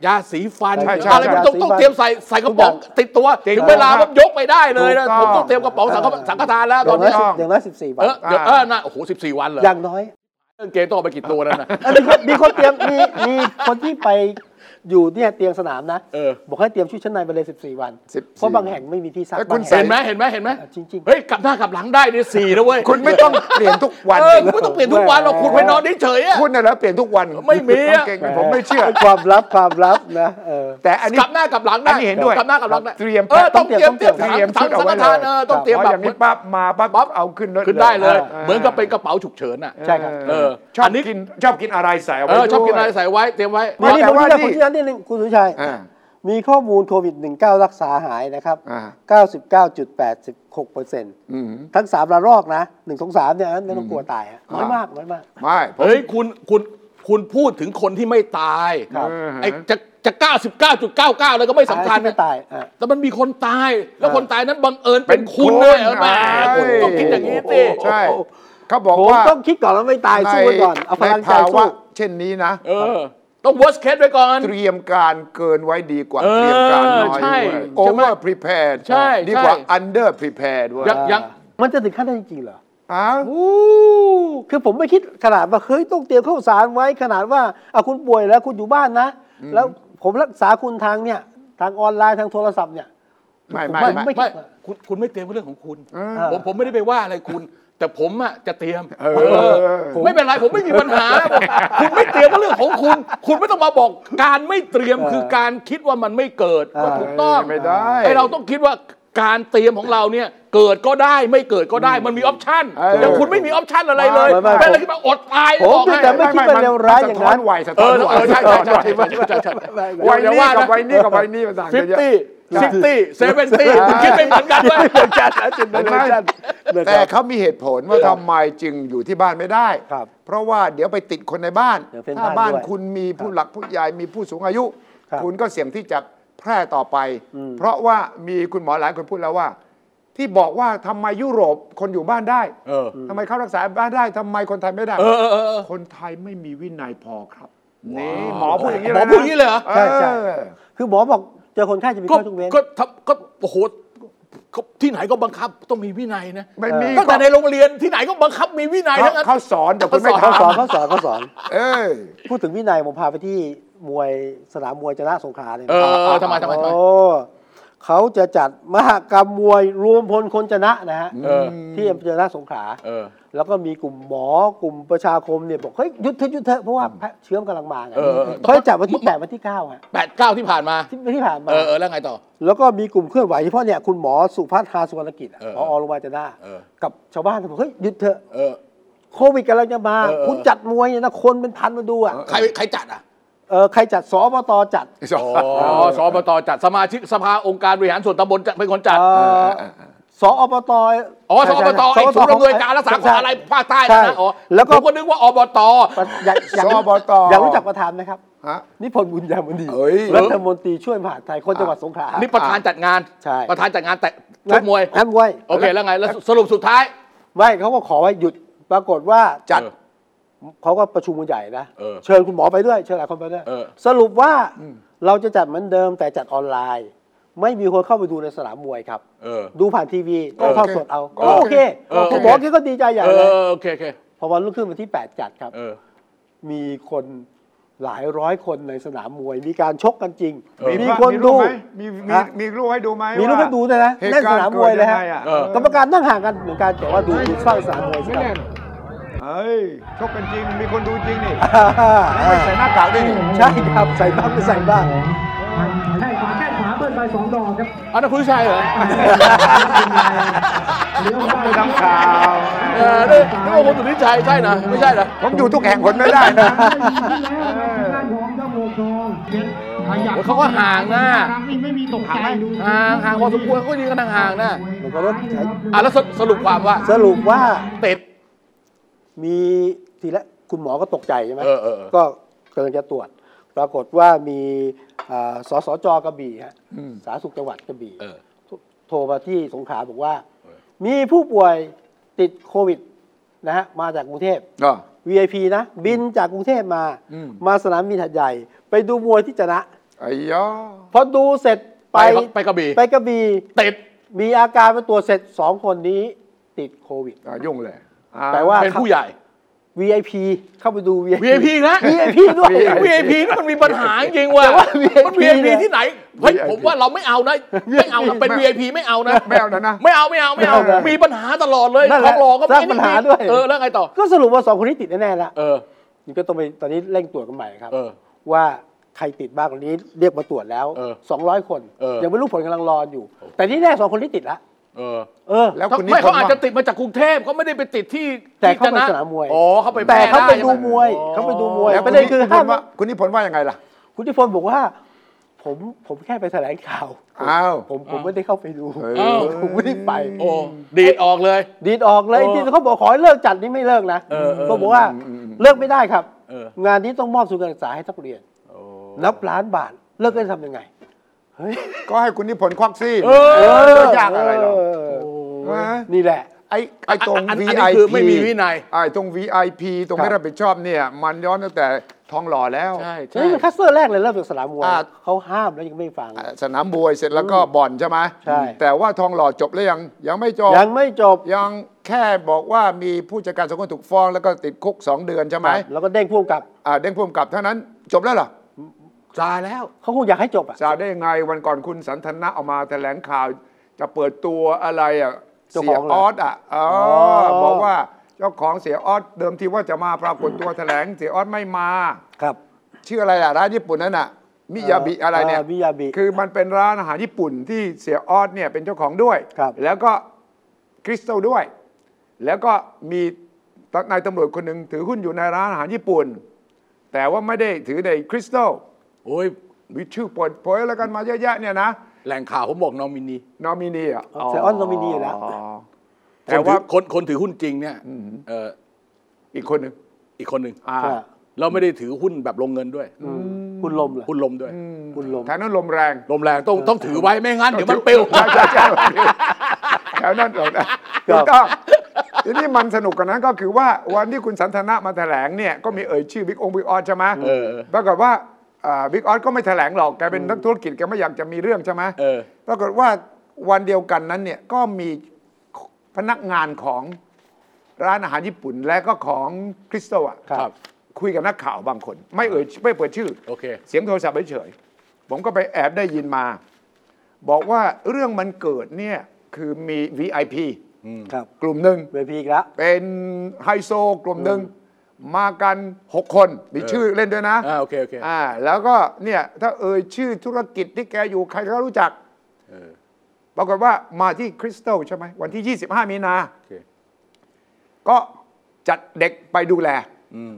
ยาสีฟัน
ใช่ใช่
อะไรผมต้อง
ใช่
ต้องเตรียมใส่ใส่กระป๋องติดตัว
จริง
ถึงเวลา
ครับ
ผมยกไปได้เลยนะ
ถู
ผ
กต้อง
มต้องเตรียมกระป๋องสังฆสังฆทานแล้วตอย่
อาน งน้อ
นี้
ยสิบอย่างน้อยสิบสี่วั
เอน อเดี๋ยวเออน่ะโอ้โหสิบสี่วันเหรอ
อย่างน้อย
เรื่องเกมต้องเอาไปกี่ตัวนั่นนะ
เออมีคนมีคนเตรียมมีมีคนที่ไป อยู่เนี่ยเตียงสนามนะ
เออ
บอกให้เตรียมชุดชั้นในไปเลย 14 วัน
14
เพราะบางแห่งไม่มีที่ซัก
แล้วคุณ
บาง
ใส่
แห่
เห็
ง
นไหมเห็นไหมเห็นไหม
จริงๆ
เฮ้ยกลับหน้ากลับหลังได้เนี่ยสี่นะเว้ย
คุณไม่ต้องเปลี่ยนทุกวัน
เออคุณไม่ต้องเปลี่ยนทุกวันเราคุณไปนอนเฉยๆอะ
คุณน่ะแล้วเปลี่ยนทุกวัน
ไม่มีอะ
เก่งนะผมไม่เชื่อ
ป็นความลับความลับนะเออ
แต่อันนี้
กลับหน้ากลับหลังได้
อันนี้เห็นด้วย
กลับหน้ากลับหลังได้
เตรียม
เออต้องเตรียมเตรียม
เตรียม
ถั
ชุ
ง
ดเอา
สัง
ไว้
ฆ
เล
ทาน
ย
เออต้องเตรียม
พอ
แบบ
อย่างนี้ปั๊บมาปั๊บ
ปั๊บ
เอาขึ้นรถ
ขึ้นได้เลย
า
เหมือนกับเป็นกระเป๋าฉุกเฉินอ่ะ
ใช่ครับ
เออ
ชอบ
อันนี้
กินชอบกินอะไรใส่เอา
เออ
ไว้
ชอบกิน
ด้วย
อะไรใส่ไว้เตรียมไว้
ไม่
นี่
แต่
ผม
ว่า
ที่นั่นผมที่นั่น
นี่
นี่หนึ่งคุณสุชัย
อ่า
มีข้อมูลโควิด 19 รักษาหายนะครับ
อ่า
99.86เปอร์เซ็นต์
อืม
ทั้ง 3ระลอกนะ1 2 3เนี่ยไม่ต้องกลัวตายฮะน้อยมากน้อยมาก
ไม่ผม
เฮ้ยคุณคุณคุณพูดถึงคนที่ไม่ตาย
ครับ
ไอ้จะจะเก้าสิบเก้าจุดเก้าเก้าเลยก็ไม่สำคัญ
อะไรที่ไม่ตายอ่ะ
แต่มันมีคนตาย แล้วคนตายนั้นบังเอิญ
เป็
เป็น น
คุ
คุณ ณด้วยเออแหม
ใช่
คุณต้องคิดอย่างนี้สิ
ใช่เขาบอก
ผม
ว่า
ต้องคิดก่อนแล้วไม่ตายสู้ไว้ก่อน เอาพลังใจ
ภาวะ
สู้
เช่นนี้นะ
เออ ต้อง worst case ไว้ก่อน
เตรียมการเกินไว้ดีกว่า
เออ
เตรียมการน้อย
ใช่
โอ
ใช่ไห
เว
ม
อร์ r e p a r e d
ใช่
ดีกว่า
ใช่
under prepared ด้วย
ยังยัง
มันจะถึงขั้นนั้นจริงๆเหรอ
อ้าว
คือผมไม่คิดขนาดว่าเฮ้ยต้องเตรียมข้าวสารไว้ขนาดว่าเอาคุณป่วยแล้วคุณอยู่บ้านนะ แล้วผมรักษาคุณทางเนี่ยทางออนไลน์ทางโทรศัพท์เนี่ย
ไม่ไม่
ไม่
ไม่
ไม่
คิดว่า
คุณคุณไม่เตรียมก็เรื่องของคุณ
เออ
ผมผมไม่ได้ไปว่าอะไรคุณ แต่ผมอ่ะจะเตรียม
เออ
เออไม่เป็นไรผมไม่มีปัญหาผมคุณไม่เตรียมก็เรื่องของคุณ คุณไม่ต้องมาบอกการไม่เตรียมคือการคิดว่ามันไม่เกิดว่าถูกต้อง
ไม่ได้
ไอเราต้องคิดว่าการเตรียมของเราเนี่ยเกิดก็ได้ไม่เกิดก็ได้มันมีออปชัน
เออ
อย่างคุณไม่มีออปชันอะไรเลย
ไม่ไม่
เป็นอะไรขึ้นมาอดตาย
ผม
บอกให้
แต่ไม่ คิดว่าเลวร้ายอย่างนั้น
มัสะท้วัยสะ
เอ
ท้อ
อน เอ
วัย
อใช่ใช่ใช่ใช่ใช่ใช่
วัยนี้กับวัยนี้กับวัยนี้มันต่าง
ฟิฟ
กันเยอะ
ตี้ซิตี้เซเวนตี้คุณคิดไม่เหมือนกันไหม
เหมือนกันนะจินตนาการนะค
แต่
รับ
เขามีเหตุผลว่าทำไมจึงอยู่ที่บ้านไม่ได้
ครับ
เพราะว่าเดี๋ยวไปติดคนในบ้าน
เดี๋ยวเป็น
ถ้า
บ้า
บ้าน น
ด้วย
คุณมีผู้หลักผู้ใหญ่มีผู้สูงอายุ
ครับ
คุณก็เสี่ยงที่จะแพร่ต่อไป
อืม
เพราะว่ามีคุณหมอหลายคนพูดแล้วว่า ที่บอกว่าทำไมยุโรปคนอยู่บ้านได้
เออ
ทำไมเขารักษาบ้านได้ทำไมคนไทยไม่ได้
เออเออเออ
คนไทยไม่มีวินัยพอครับนี่หมอพูดอย่างนี้
หมอ
นะ
พูดอย่างนี้เลยเหรอ
ใช่ใช่
เออ
คือหมอบอกเจอคนไข้จะมี
ก็
ข้อทุกเว้น
ก็ทำก็โอ้โหก็ที่ไหนก็บังคับต้องมีวินัยนะ
ไม่มี
ตั้งแต่ในโรงเรียนที่ไหนก็บังคับมีวินัย
เขา
ทั้งนั้น
เขาสอนแต่คุณไม่
เขาสอน
ทำ
เขาสอนเขาสอน
เออ
พูดถึงวินัยผมพาไปที่มวยสนามมวยจนะสงขลาเลยนะ
เออทำไมทำไมทำไม
โอ้เขาจะจัดมหกรรมมวยรวมพลคนจนะนะฮะ
เออ
ที่อำเภอจนะสงขลา
เออ
แล้วก็มีกลุ่มหมอกลุ่มประชาคมเนี่ยบอกเฮ้ยหยุดเถอะหยุดเถอะเพราะว่าเชื้อมนกำลังมาไง
เออเออ
เขาจะจัดวันที่ 8 วันที่9ฮะ
แปดเก้าที่ผ่านมา
ที่ที่ผ่านมา
เออเออแล้วไงต่อ
แล้วก็มีกลุ่มเคลื่อนไหวเฉพาะเนี่ยคุณหมอสุภัทราสุวรรณกิจอะ
เออ
ผอโรงพยาบาลจะได้
เออ
กับชาวบ้านบอกเฮ้ยหยุดเถอะ
เออ
โควิดกำลังจะมา
เออเออ
คุณจัดมวยเนี่ยนะคนเป็นพันมาดูอ่ะ
ใครใครจัดอ่ะ
เออใครจัดสอบตจัด
อ๋อสอบตจัดสมาชิกสภาองค์การบริหารส่วนตำบลจะเป็นคนจัด
เอ่อสอบต
อ๋อสอบตไอ้ศูนย์อำนวยการรักษาความอะไรภาคใต้นะนะอ๋อ
แล้วก็
ผมก็นึกว่าอบต
อยากอยาก
สอบต
อยากรู้จักประธานนะครับ
ฮะ
นิพนธ์บุญยามณี
เอ้ย
รัฐมนตรีช่วยมหาดไทยคนจังหวัดสงขลา
นี่ประธานจัดงาน
ใช่
ประธานจัดงานแต่ชกมวย
นักมวย
โอเค แล้วไง แล้วสรุปสุดท้าย
ไม่เขาก็ขอไว้หยุดปรากฏว่า
จัด
เขาก็ประชุมกันใหญ่นะ
เออ
ชิญคุณหมอไปด้วยเชิญหลายคนไปด้วย
เออ
สรุปว่าเราจะจัดเหมือนเดิมแต่จัดออนไลน์ ไม่มีคนเข้าไปดูในสนามมวยครับ
เออ
ดูผ่านทีวีต้องทอดสดเอา
โอ
โอ
เค
เค
เออ
คุณหมอแกก็ดีใจใหญ่
เอ
เลย
อโอเคโอเค
พอวันรุ่งขึ้นวันที่ 8 จัดครับ
เออ
มีคนหลายร้อยคนในสนามมวย มีการชกกันจริง
เออ
มีคนดู
มีรูปไหมมีมี
ฮะ
มีรูปให้ดูไหม
มีรูปให้ดูด้วยนะ
เหตุ
แน่น
ก
ส
รณ์
นามมวยเลยฮะ
กิดงไงอ่
เออ
กรรมการนั่งห่างกันเหมือนกันแต่ว่าดูดูฝั่งสนามมวยสิ
ไม่
ครั
แน่
บ
เฮ้ยชกกันจริง มีคนดูจริงนี่
อ่า
ไม่ใส่หน้ากากด้วยนี่
ใช่ครับใส่บ้างไม่ใส่บ้าง
แข้งขวาแข้งขวาเบิ้ลไปสองดอกครับ
อันนั้นคุณชัยเหรอ
เลี้ยวซ้าย
ไม่ทำข่าว
เออนี่นี่ว่าคุณสุทธิชัยใช่นะไม่ใช่เหรอ
ผมอยู่ทุกแห่งคนไม่ได้นะ
ด้านของเจ้าโมงทอง
โอ้ยเขาก็ห่างนะ
ไม่มีตกใจดู
ห่างห่างพอสมควรเขาก็ยืนกันห่างๆนะ
มันก็ลด
อ่ะแล้วสรุปสรุปความว่า
สรุปว่า
ติด
มีทีละคุณหมอก็ตกใจใช่ไหม
เออเออเออ
ก็กำลังจะตรวจ ปรากฏว่ามีอ่าสสจกระบี่ฮะสาธารณสุขจังหวัดกระบี่
เออ
โทรมาที่สงขลาบอกว่า มีผู้ป่วยติดโควิดนะฮะมาจากกรุงเทพ VIP นะ บินจากกรุงเทพมา
อืม
มาสนามบินหัดใหญ่ ไปดูมวยที่จะนะ
ไอ้ยอ
พอดูเสร็จไป
ไปไปกระบี่
ไปกระบี่
ติด
มีอาการเป็นตัวจเสร็จสองคนนี้ติดโควิด
อ่ะยุ่งเลยอ่ะ
แปลว่า
เป็นผู้ใหญ่
VIP เข้าไปดู VIP
VIP นะ
VIP ด้วย
VIP นี่มันมีปัญหาจริงว่ะ
แต่ว่า VIP
มัน VIP
เนี่ย
ที่ไหนเฮ้ย
VIP
ผมว่าเราไม่เอานะไม่เอานะเป็น
ไม่
VIP ไม่เอานะ
ไม่เอานะนะ
ไม่เอาไม่เอาไม่เอา
ไม่เอานะ
มีปัญหาตลอดเลย
นั่นแห
ท
ละ
องหล่อก็
สร้างปัญหาด้วย
เออแล้วไงต่อ
ก็สรุปว่าสองคนนี้ติดแน่ๆละ
เออ
นี่ก็ต้องไปตอนนี้เร่งตรวจกันใหม่ครับ
เออ
ว่าใครติดบ้างวันนี้เรียกมาตรวจแล้ว
เออ
200 คน
เออ
ยังไม่รู้ผลกำลังรออยู่ แต่ที่แน่สองคนนี้ติดละ
เออ
เออ
แล้วคนนี้
ไม่เขา
คนว่า
อาจจะติดมาจากกรุงเทพเขาไม่ได้ไปติดที่
แต่เข้าไป
ที่จะะ
สนามมวย
อ๋อเขาไป
แต่
แพร่
เขาไป
ด้
ดู
ใช่ห
มวยเขาไปดูมวย
แล้ว
ป
คุ
ระ
ณ
เด็น
นิ
คือ
พ
ห้าน ม
ธ์ว่าคุณนิพนธ์ว่ายังไงล่ะ
คุณทิพลบอกว่า ผมผมแค่ไปแถลงข่าว
อ้าว
ผมผมไม่ได้เข้าไปดู
เอ
อ
ผมไม่ได้ไป
โอ้ดีดออกเลย
ดีดออกเลย
เออ
ที่เขาบอกขอให้เลิกจัดนี่ไม่เลิกนะ
เออเออ
เขาบอกว่า
อืม
เลิกไม่ได้ครับ
เออ
งานนี้ต้องมอบทุนการศึกษาให้ทักเรียนนับล้านบาทเลิกได้ทำยังไงเฮ้ย
ก็ให้คุณนิพนธ์ควักซี่
เออ
จะยากอะไรหรอก
เ
นะ
นี่แหละ
ไอ้ไอ้ตรง
อันอัน
VIP
อันนี้คือไม่มีวินัย
ไอ้ตรง VIP ตรง
ครับ
ไม่รับผิดชอบเนี่ย มันย้อนตั้งแต่ทองหล่อแล้ว
ใช่ใช่
นี่เป็นคัสเตอร์แรกเลยเริ่มจากสนามมวย
อ่า
เขาห้ามแล้วยังไม่ฟัง
อ่าสนามบวยเสร็จแล้วก็บ่อนใช่ไหม
ใช่
แต่ว่าทองหล่อจบแล้วยัง ยังไม่จบ
ยังไม่จบ
ยังแค่บอกว่ามีผู้จัดการสองคนถูกฟ้องแล้วก็ติดคุก 2 เดือนใช่ไหม
ครับแล้วก็เด้งพ่วงกับ
อ่าเด้งพ่วงกับเท่านั้นจบแล้วเหรอ
ตายแล้ว
เขาคงอยากให้จบอ่ะ
ทราบได้ยังไงวันก่อนคุณสันทนะออกมาแถลงข่าว จะเปิดตัวอะไรอ่ะ
เจ้าข
เสีย
องเหรอ
ออสอ่ะอ๋อ
อ
บอกว่าเจ้าของเสียออสเดิมทีว่าจะมาปรากฏตัวแถลงเสียออสไม่มา
ครับ
ชื่ออะไรอ่ะร้านญี่ปุ่นนั่นอ่ะมิยาบิ
เอ่ออ
อะไรเนี่ย
เอ่อมิยาบิ
คือมันเป็นร้านอาหารญี่ปุ่นที่เสียออสเนี่ยเป็นเจ้าของด้วย
ครับ
แล้วก็คริสตัลด้วย แล้วก็มีนายตำรวจคนหนึ่งถือหุ้นอยู่ในร้านอาหารญี่ปุ่น แต่ว่าไม่ได้ถือในคริสตัล
โอ้ย
มีชื่อเปิดเผยแล้วกันมาเยอะแยะเนี่ยนะ
แหล่งข่าวผมบอกนอมินี
นอมินีอ่ะ
เสียออส nominee อยู่แล้ว
แต่
แต่
ว่า
ว่า
คนคนถือหุ้นจริงเนี่ยเอ่อ
อีกคนหนึ่ง
อีกคนหนึ่ง
อ่า
อ่า
เราไม่ได้ถือหุ้นแบบลงเงินด้วย
คุณลมเหรอ
หุ้นลมด้วย
คุณลม
แถวนั้นลมแรง
ลมแรงต้องต้องถือไว้ไม่งั้นเดี๋ยวมันปลิว
ใช่ใช่ใช่แถวนั้นลมแรง
ครั
ถู
บ
กต้องทีนี้มันสนุกกว่านั้นก็คือว่าวันที่คุณสันทนะมาแถลงเนี่ยก็มีเอ่ยชื่อบิ๊กองบิ๊กออสใช่ไหม
เออ
ปรากฏว่าบิ๊กออสก็ไม่แถลงหรอกแกเป็นนักธุรกิจแกไม่อยากจะมีเรื่องใช่ไหม
เออ
ปรากฏว่าวันเดียวกันนั้นเนี่ยก็มีพนักงานของร้านอาหารญี่ปุ่นและก็ของคริสโตอ่ะ
ครับ
คุยกับนักข่าวบางคน ไม่เอ่ยไม่เปิดชื่อ
โอเค
เสียงโทรศัพท์เฉยๆผมก็ไปแอบได้ยินมา บอกว่าเรื่องมันเกิดเนี่ย คือมี VIP
ครับ
กลุ่มหนึ่ง
เวทีอีกแล้ว
เป็นไฮโซกลุ่มหนึ่ง มากัน 6 คน มีชื่อเล่นด้วยนะ
อ่าโอเคโอเค
อ่าแล้วก็เนี่ย ถ้าเอ่ยชื่อธุรกิจที่แกอยู่ใครก็รู้จัก
เออ
ปรากฏว่ามาที่คริสตัลใช่ไหมวันที่ 25 มีนา
โอเค
ก็จัดเด็กไปดูแล
อืม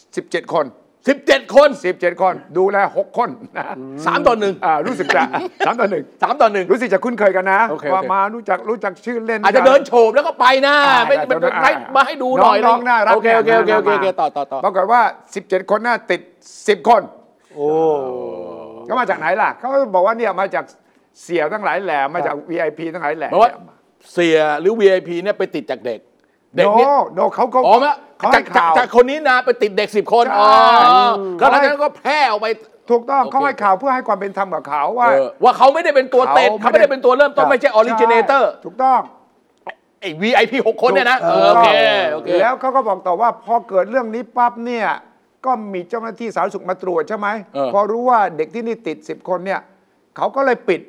17 คน
สิบเจ็ดคน
17 คน ดูแล 6 คนนะ
สามต่อหนึ่ง
อ่ารู้สึกจะ สามต่อหนึ่ง
สามต่อหนึ่ง
รู้สึกจะคุ้นเคยกันนะ
โอเค
ว่า
โอเค
มารู้จักรู้จักชื่อเล่น
อาจจะเดินโฉบแล้วก็ไปนะ
อ่า
ไม่
ได้
ไม่
ได้
ไม่มาให้ดูหน่อย
น้องๆน่ารัก
โอเคโอเคโอเคโอเค
น่ารัก
โอเคต่อต่อต่อ
ปรากฏว่า 17 คนน่าติด 10 คน
โอ้
ก็มาจากไหนล่ะเขาบอกว่าเนี่ยมาจากเสียทั้งหลายแหล่มาจาก VIP ทั้งหลายแหล่
หมายว่าเสียหรือ VIP เนี่ยไปติดจากเด็ก เด็
โน
กเนี่ย
โนเขาก็
อ๋อมะ
เขา
จาก
ให้
จาก
ข่าว
จากคนนี้นะไปติดเด็กสิบคน
ใช่
อ๋อ
เขา
แล้วหลัง
ให้
จากนั้นก็แพร่ออกไป
ถูกต้อง
โอเค
เขาให้ข่าวเพื่อให้ความเป็นธรรมกับเขาว่า
เออว่าเขาไม่ได้เป็นตัวเต็ดเขาไม่ได้เป็นตัวเริ่มต้นไม่ใช่ออริจิเนเตอร์
ถูกต้อง
ไอ้ VIP หกคนเนี่ยนะเออโอเคโอเค
แล้วเขาก็บอกต่อว่าพอเกิดเรื่องนี้ปั๊บเนี่ยก็มีเจ้าหน้าที่สาธารณสุขมาตรวจใช่ไหมพอรู้ว่าเด็กที่นี่ติด 10 คนเนี่ยเขาก็เลยปิด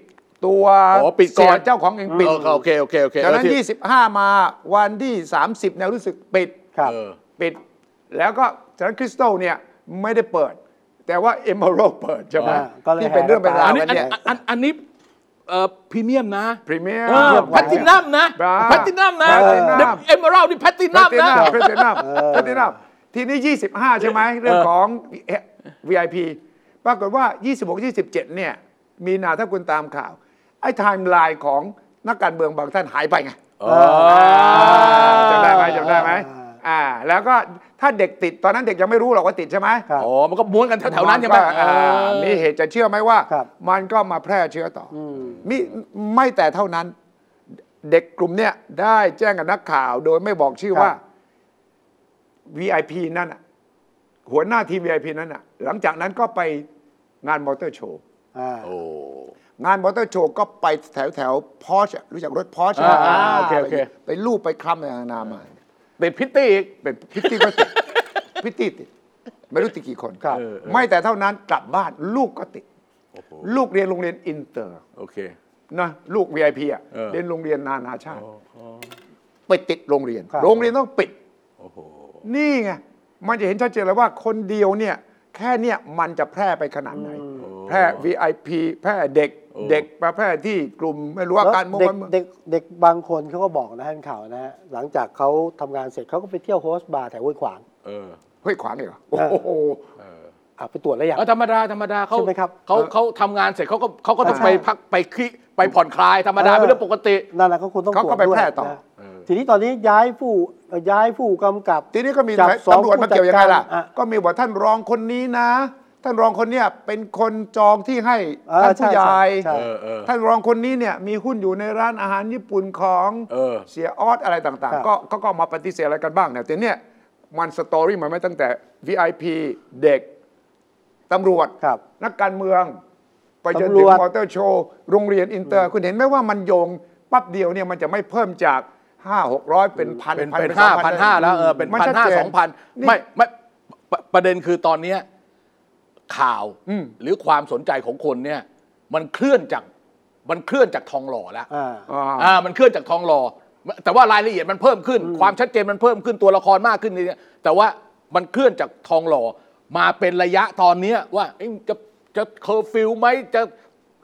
ตัว
อ๋อปิดก่อน
เสียเจ้าของเองปิด
เออโอเคโอเคโอเค
จากนั้น
แล้วที่
25 มาวันที่ 30เนี่ยรู้สึกปิด
ครับ
เออ
ปิด แล้วก็จากนั้นคริสตัลเนี่ยไม่ได้เปิด แต่ว่าเอม a ร d เปิดใช่ไหม
อ่าก็เลย
ที่เป็นเรื่องเป็นราว
อันนี้
กัน
อัน
เนี่ย
อันอันนี้เอ่อพรีเมียมนะ
พรีเมีย
เออ
ม
แพลตตินัมนะ
บ้า
แพลตตินัมนะ
แพลตตินัม
เดี๋ยวเอมเมอรัลด์นี่แพลตติ
แพล
นัม
ติ
นะ
นัมแพลตินัมแพลตินัมทีนี้ 25 ใช่ไหมเรื่องของ VIP ปรากฏว่า 26 27 เนี่ย มีนาถ้าคุณตามข่าว ไอ้ไทม์ไลน์ของนักการเมืองบางท่านหายไปไง จำได้ไหมจำได้ไหมอ่า แล้วก็ถ้าเด็กติดตอนนั้นเด็กยังไม่รู้หรอกว่าติดใช่ไหม
ครับ
อ๋อ มันก็ม้วนกันแถวๆนั้นใช่ไหม
ก็อ่ามีเหตุจะเชื่อไหมว่า
ครับ
มันก็มาแพร่เชื้อต่ออมิไม่แต่เท่านั้น เด็กกลุ่มเนี้ยได้แจ้งกับนักข่าวโดยไม่บอกชื่อ
ครับ
ว่า VIP นั่นน่ะหัวหน้าทีม VIP นั้นน่ะ หลังจากนั้นก็ไปงานมอเตอร์โชว์
อ่า
โอ้
งานมอเตอร์โชว์ก็ไปแถวแถวพอชรู้จักรถพอช
อ่าอ่าโอเคโอเค
ไปลูบไปคลำอะไรนานามา
ติดพิตตี้อีก
เป็นพิตตี้ก็ติด พิตตี้ติดไม่รู้ติดกี่คน
ครับ
เออเออ
ไม่แต่เท่านั้นกลับบ้านลูกก็ติด ลูกเรียนโรงเรียนอินเตอร์
โอเค
นะลูก VIP อ่ะ
เออ
เรียนโรงเรียนนานาชาติไปติดโรงเรียน
ครับ
โรงเรียนต้องปิด นี่ไง มันจะเห็นชัดเจนเลยว่าคนเดียวเนี่ย แค่เนี่ยมันจะแพร่ไปขนาดไหน แพร่ VIP แพร่เด็กเด็กไปแพร่ที่กลุ่มไม่รู้ว่าการเมือง
เด็ก
การเมือง
เด็กเด็กบางคนเขาก็บอกนะฮะข่าวนะฮะหลังจากเขาทำงานเสร็จเขาก็ไปเที่ยวโฮสบาร์แถวห้วยขวาง
เออ
เฮ้ยขวางเลยเหรอ
เออ
โอ้โห
อ่ะไปตรวจแล้วยัง
แล้วธรรมดาธรรมดาเขา
ใช่ไหมครับ
เขาเขาทำงานเสร็จเขาก็เขาก็ต้อง
ใช่
ไปพักไปคิไปผ่อนคลายธรรมดา
เออ
เป็นเรื่องปกติ
นั่นแหละเขาคุณต้องตรวจ
เขาก็ไป
ด้วย
แพร่ต่อ
นะทีนี้ตอนนี้ย้ายผู้เอ่อย้ายผู้กำกับ
ทีนี้ก็มี
จับสอง
ตำรวจมาเกี่ยวยังไงล่ะ
ผู้จัดการอ่ะ
ก็มีบอกท่านรองคนนี้นะ ท่านรองคนเนี่ยเป็นคนจองที่ให้
เออ
ท่านผู้
ใช่
ใหญ่
ใช่
เออเออ
ท่านรองคนนี้เนี่ยมีหุ้นอยู่ในร้านอาหารญี่ปุ่นของ
เออ
เสียออสอะไรต่าง
ครับ
ๆ ก็ก็ก็เอามาปฏิเสธอะไรกันบ้างเนี่ยแต่เนี่ยมันสตอรี่มันไม่ตั้งแต่ VIP เด็ก ตำรวจ
ครับ
นักการเมือง ไปจน
ตำร
ถึง
วจ
มอเตอร์โชว์ โรงเรียนอินเตอร์ คุณเห็นไหมว่ามันโยงปั๊บเดียวเนี่ยมันจะไม่เพิ่มจาก 5 6 0 0 เป็นพัน
เป็น
พั
เป็น
สอ
ห้าง พันห้าแล้วเออเป็น
มั
พัน
ชัด
ห้า
จ
สองพันไม่ไม่ปประเด็นคือตอนเนี้ยข่าวหรือความสนใจของคนเนี่ย มันเคลื่อนจากมันเคลื่อนจากทองหล่อแล้ว
อ่า
อ่า
อ่ามันเคลื่อนจากทองหล่อแต่ว่ารายละเอียดมันเพิ่มขึ้น ความชัดเจนมันเพิ่มขึ้นตัวละครมากขึ้นเนี่ยแต่ว่ามันเคลื่อนจากทองหล่อมาเป็นระยะตอนเนี้ยว่าเอ้ยจะจะเคอร์ฟิวไหมจะ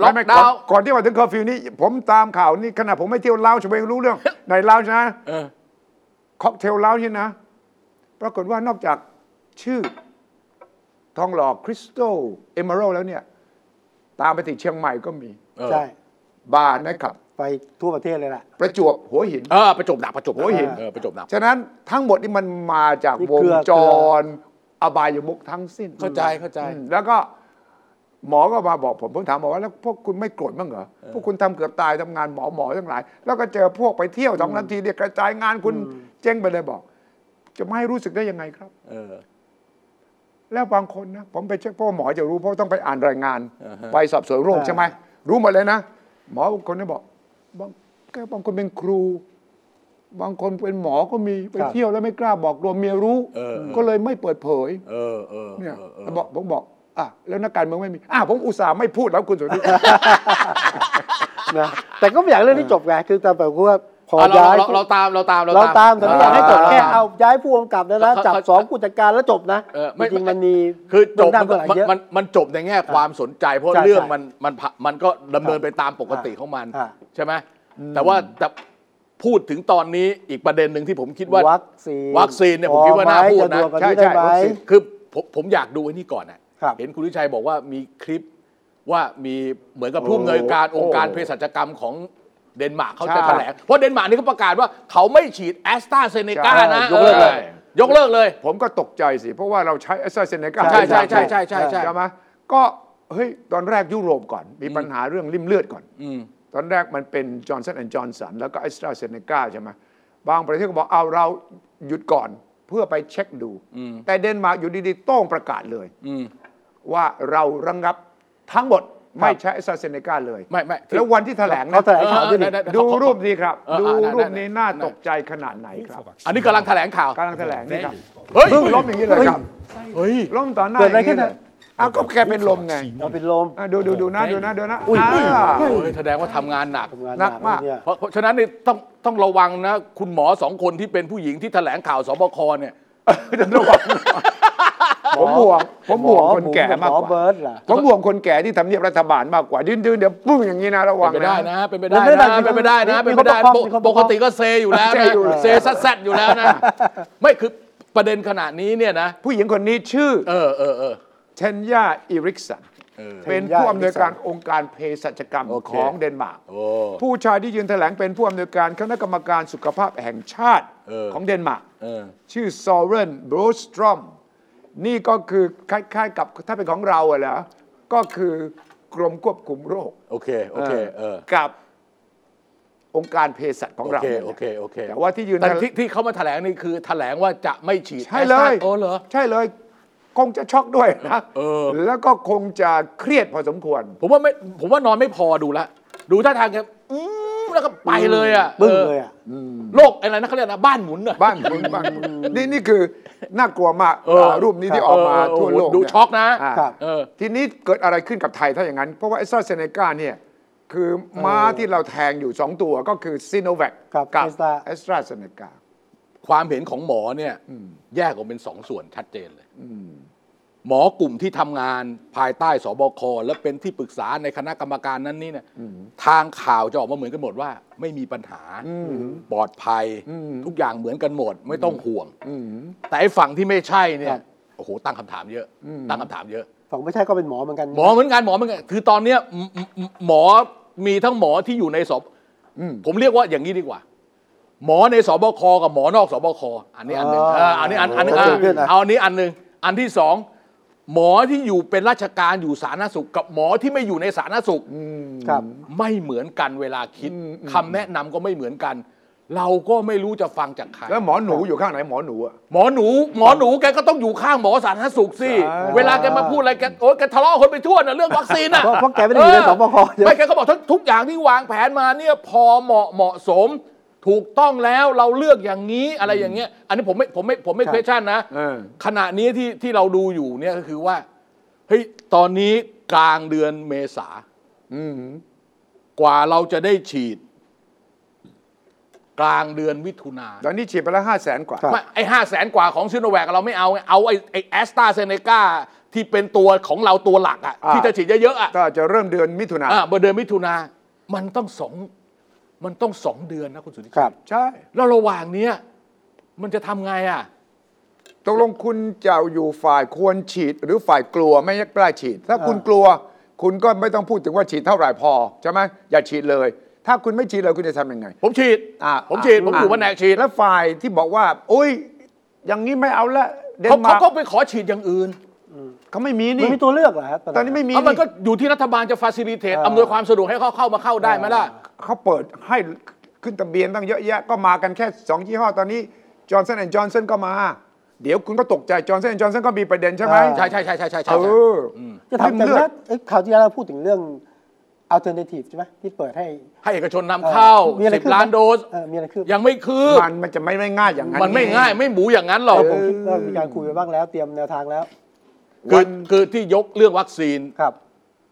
ล็อก
ไม่ไม่
ดาวน์
ก่อนก่อนที่มาถึงเคอร์ฟิวนี่ผมตามข่าวนี่ขณะผมไม่เที่ยวลาวชมเองรู้เรื่อง ในลาวนะ
เออ
ค็อกเทลลาวนี่นะ ปรากฏว่านอกจากชื่อทองหล่อคริสตัลเอเมอรัลแล้วเนี่ย ตามไปถึงเชียงใหม่ก็มี
เออ
ใช่
บาร์นะครับ
ไปทั่วประเทศเลยล่ะ
ประจวบหัวหิน
เออประจบหนักประจบนัก
โอ้ยเห็น
เออประจบหนัก
ฉะนั้นทั้งหมดนี่มันมาจาก
นี่
วง
เครือ
จร อบายมุกทั้งสิ้น
เข้าใจเข้าใจ
อืมแล้วก็หมอก็มาบอกผมผมถามหมอว่าแล้วพวกคุณไม่โกรธบ้างเหรอพวกคุณทำเกือบตายทำงานหมอหมอทั้งหลาย แล้วก็เจอพวกไปเที่ยวสองนาทีเดียกระจายงานคุณเจ๊งไปเลยบอก จะไม่ให้รู้สึกได้ยังไงครับ
เออ
แล้วบางคนนะผมไปเช็คเพราะว่าหมอจะรู้เพราะต้องไปอ่านรายงาน
อ่าฮะ
ไปสอบสวนโรคใช่ไหมรู้หมดเลยนะ หมอบางคนเนี่ยบอกบางแกบางคนเป็นครู บางคนเป็นหมอก็มีไป
ครับ
เที่ยวแล้วไม่กล้าบอกรวมเมียรู้ ก็เลยไม่เปิดเผย
เออเออ
เนี่ย
เออเออ
แล้วบอกผมบอกอ่ะแล้วนักการเมืองไม่มีอ่ะผมอุตส่าห์ไม่พูดแล้วคุณสุทธิ
นะแต่ก็ไม่อยากเรื่องนี้จบไงคือแต่แบบว่าพอ
อ่ะเรา
ย้าย
เราเราตามเราตาม
เราตามแต่ไม่อยากให้จบ
อ่า
แค่เอาย้ายผู้กำกับนะนะ
เขา
จับ
เขา
สองผู้จัดการแล้วจบนะ
เออไม่
จริงๆมันมี
คือจบ
เรื่งราว
มัน
หลาย
มัน
เยอะ
มันมันจบในแง่ความสนใจ เพราะ
ใช่
เรื่อง
ใช่
มันมันผ่ามันก็ดำเนินไปตามปกติ
อ่ะ
ของมัน
อ่ะ
ใช่ไหมแต่ว่าแต่พูดถึงตอนนี้อีกประเด็นหนึ่งที่ผมคิดว่า
วัคซีน
วัคซีนเนี่ยผมคิดว่าน่าพูดนะ
ใช่
ใช่
ใช่
ใช่วั
วัค
คซี
ซีน
น
คือผมผมอยากดูไอ้นี่ก่อนอ่ะ
ครับ
เห็นคุณวิชัยบอกว่ามีคลิปว่ามีเหมือนกับผู้อำนวยการองค์การ
โอ้
เภสัชกรรมของเดนมาร์กเขา
ใช่
จะแถลงเพราะเดนมาร์กนี่เขาประกาศว่าเขาไม่ฉีดแอสตราเซเนกา
ใช่
นะ
ยกเลิกเลย
ออยกเลิกเลย
ผมก็ตกใจสิ เพราะว่าเราใช้แอสไซเซเนกา
ใช่ใช่ใช่ใช่ใช่ใช่
ใช่ไหมก็เฮ้ยตอนแรกยุโรปก่อน มีปัญหาเรื่องริ่มเลือดก่อน
อืม
ตอนแรกมันเป็นจอร์นสันแอนด์จอร์นสันแล้วก็แอสตราเซเนกาใช่ไหมบางประเทศก็บอกเอาเราหยุดก่อนเพื่อไปเช็คดู
อืม
แต่เดนมาร์กอยู่ดีๆโต้งประกาศเลย
อืม
ว่าเราระงงับทั้งหมดไม่ใช้แอสตราเซเนกาเลย
ไม่ไม่ที่
แล้ววันที่แถลงนะ
เขาแถลงข่าวด้วยนี่
เออเออเออ
ดูรูปนี้ครับ
เออ
ดู
อ่ะได้
รูปนี้
ได้
น่า
ได้
ตกใจขนาดไหนครับ
อันนี้กำลังแถลงข่าว
กำลังแถลงนี่ครับ
เฮ้ย
เพิ่งล้มอย่างนี้เลยครับ
เฮ้ย
ล้มต่อหน้า
เกิดอะไร
ย่าง
ขึ้นอะ
เลยอ้าวก็แกเป็นลมไง
เอาเป็นลม
อ่ะดูดูดูนะดูนะดูนะ
อุ้ย
อ่า
โอ้ยแสดงว่าทำงานหนัก
ทำงาน
หนักมาก
เนี่ย
เพราะเพราะฉะนั้นนี่ต้องต้องระวังนะ คุณหมอสองคนที่เป็นผู้หญิงที่แถลงข่าวสบคเนี่ย
ระวังผมห่วงผมห่วง
หมอ
คนแก่
บุ๋มกับ
มาก
หมอก
ว่า
เบิร์ตล่ะ
ผมห่วงคนแก่ที่ทำเนียบรัฐบาลมากกว่ายืนดืนเดี๋ยวปุ้งอย่างนี้นะระวั
เป็
ง
นไปได้
นะ
นะ เป็นไปได้
เป็นไปได้
นะ เป็นไปได้
มีข้อป
นะเป็นไปได้
กป้อง
ปก
มีข้อปก
ป
ป้
ก
อง
ติก็เซอยู่แล้ว
เซ
นะ
อยู่แล้ว
เซซัดซัดอยู่แล้ว นะ ไม่คือประเด็นขนาดนี้เนี่ยนะ
ผู้หญิงคนนี้ชื่อ
เออเออเออ
เทนยาอิริกสัน
เออ
เป็น
เทนย่า
ผู้อำนวยการ
อิริกสัน
องค์การเภสัชกรรม
โอเค
ของเดนมาร์ก
โอ้
ผู้ชายที่ยืนแถลงเป็นผู้อำนวยการคณะกรรมการสุขภาพแห่งชาติ
เออ
ของเดนมาร์ก
เออ
ชื่อซอเรนบรูสตรอมนี่ก็คือคล้ายๆกับถ้าเป็นของเราอะเหรอก็คือกรมควบคุมโรค
โอเค โอเค เออ
กับองค์การเภสัชของ
โอ
เรา
เค
นี่ยนะ
โอเค โอเค
แต่ว่าที่ยืน
แต่
แถลง
ที่ที่เขามาแถลงนี่คือแถลงว่าจะไม่ฉีด
ใช่เล
แอสต
ย
ราโอ้เหรอ
ใช่เลย คงจะช็อกด้วยนะ
เออ
แล้วก็คงจะเครียดพอสมควร
ผมว่าไม่ ผมว่านอนไม่พอดูละ ดูท่าทางแกอืม แล้วก็ไปเลยอ่ะ
บึ้งเลยอ่ะ
เออโรคอะไรนะเขาเรียกนะบ้านหมุนอ่ะ
บ้านคุณบ้านคุณนี่นี่คือน่ากลัวมาก
เออ
อ่ารูปนี้ที่ออกมา
เออ
ทั่วโลก
ดู
เนี่ย
ช็อกนะ
อ่า
ครับ
เออ
ทีนี้เกิดอะไรขึ้นกับไทยถ้าอย่างนั้น เพราะว่าไอซ่าเซเนกาเนี่ยคือม้าที่เราแทงอยู่ 2 ตัวก็คือซีโนแวค
ครับ
กับ
Astra
แอสตราเซเนกา
ความเห็นของหมอเนี่ยแยกออกเป็นสองส่วนชัดเจนเลยหมอกลุ่มที่ทำงานภายใต้สบคและเป็นที่ปรึกษาในคณะกรรมการนั้นนี่เนี่ยทางข่าวจะออกมาเหมือนกันหมดว่า ไม่มีปัญหาปลอดภัย ทุกอย่างเหมือนกันหมด ไม่ต้องห่วงแต่ไอ้ฝั่งที่ไม่ใช่เนี่
ค
ย
รับ
โอ้โหตั้งคำถามเยอะ ตั้งคำถามเยอะ
ฝั่งไม่ใช่ก็เป็นหมอเหมือนกัน
หมอเหมือนกันหมอเหมือนกันคือตอนเนี้ยหมหมหมอมีทั้งหมอที่อยู่ในสอบผมเรียกว่าอย่างนี้ดีกว่า หมอในสบคกับหมอนอกสบคอันนี้อันหนึ่งเอออันนี้อันอันหนึง
เกิดขึ้น
อ่ะ
อ่ะ
เอาอันนี้อันหนึ่งอันที่สองหมอที่อยู่เป็นราชการอยู่สาธารณสุข กับหมอที่ไม่อยู่ในสาธารณสุข
ครับ
ไม่เหมือนกันเวลาคิดคำแนะนำก็ไม่เหมือนกัน เราก็ไม่รู้จะฟังจากใคร
แล้วหมอหนูอยู่ข้างไหนหมอหนูอะ
หมอหนูหมอหนูแกก็ต้องอยู่ข้างหมอสาธารณสุขสิ
ใช่
เวลาแกมาพูดอะไรแกโอ๊ยแกทะเลาะคนไปทั่วน่ะเรื่องวัคซีนน่ะ
เพราะเพราะแกไม่ได้อยู่ในสบคใช่ไหม
ไม่แกก็บอกทุกทุกอย่างที่วางแผนมาเนี่ยพอเหมาะเหมาะสม ถูกต้องแล้วเราเลือกอย่างนี้อะไรอย่างเงี้ย อันนี้ผมไม่ผมไม่ผมไม่ question นะ
เออ
ขณะนี้ที่ที่เราดูอยู่เนี่ยก็คือว่าเฮ้ยตอนนี้กลางเดือนเมษา
อืม
กว่าเราจะได้ฉีด กลางเดือนมิถุนา
ตอนนี้ฉีดไปแล้วห้าแสนกว่า
ครับ
ไม่ไอ้ห้าแสนกว่าของซิโนแวคเราไม่เอาไงเอาไอ้ไอ้แอสตาเซเนกาที่เป็นตัวของเราตัวหลักอะ
อ่า
ที่จะฉีดเยอะๆอะ
ก็จะเริ่มเดือนมิถุนา
อ่าเมื่อเดือนมิถุนามันต้องสองมันต้องสองเดือนนะคุณสุนิ
ครับ
ใช่
แล้วระหว่างเนี้ยมันจะทำไงอะ
ตกลงคุณจะอยู่ฝ่ายควรฉีดหรือฝ่ายกลัวไม่กล้าฉีด ถ้าคุณ
อ่าก
ลัว คุณก็ไม่ต้องพูดถึงว่าฉีดเท่าไหร่พอใช่ไหมอย่าฉีดเลย ถ้าคุณไม่ฉีดเลยคุณจะทำยังไง
ผมฉีด
อ่ะ
ผมฉีด
ะ
ผมอยู่แผนกฉีด
แล้วฝ่ายที่บอกว่า อุ้ย อย่างนี้ไม่เอาละเดน
เขา
มา
เขา
ร์ก
ก็ไปขอฉีดอย่างอื่น
เขาไม่มี
มัน
นี่
มีตัวเลือกเหรอครับ
ตอนนี้ไม่มี
เอามัน
นี่
ก็อยู่ที่รัฐบาลจะฟาซิลิเทต
อ่า
อำนวยความสะดวกให้เขาเข้ามาเข้าได้ไหมล่ะ
เขาเปิดให้ขึ้นทะเบียนตั้งเยอะแยะ ก็มากันแค่ 2 ยี่ห้อตอนนี้จอร์ s o n น n d j จอ s o สันก็มา เดี๋ยวคุณก็ตกใจจอร์ s o n น d j จอ s o สันก็มีประเด็นใช่ไหม
ใช่ใช่ใช่ใช่ใช่ใช่
เอ
ใช่
อ
จะทำแต่
เลือ
ว่า
ด
เอ้ยข่าวที่แล้วเราพูดถึงเรื่อง alternative ใช่ไหมที่เปิดให้
ให้เอกชนนำเข้า
มีอะไร
สิบ
คืบไหม
ล้านโดส
เออมีอะไรคืบ
ยังไม่คืบ
มันมันจะไม่ไม่ง่ายอย่างนั้น
มันไม่ง่ายไม่หมูอย่างนั้นหรอก
แต่ผมคิดว่ามีการคุยไปบ้างแล้วเตรียมแนวทางแล้ว
คือคือที่ยกเรื่องวัคซีน
ครับ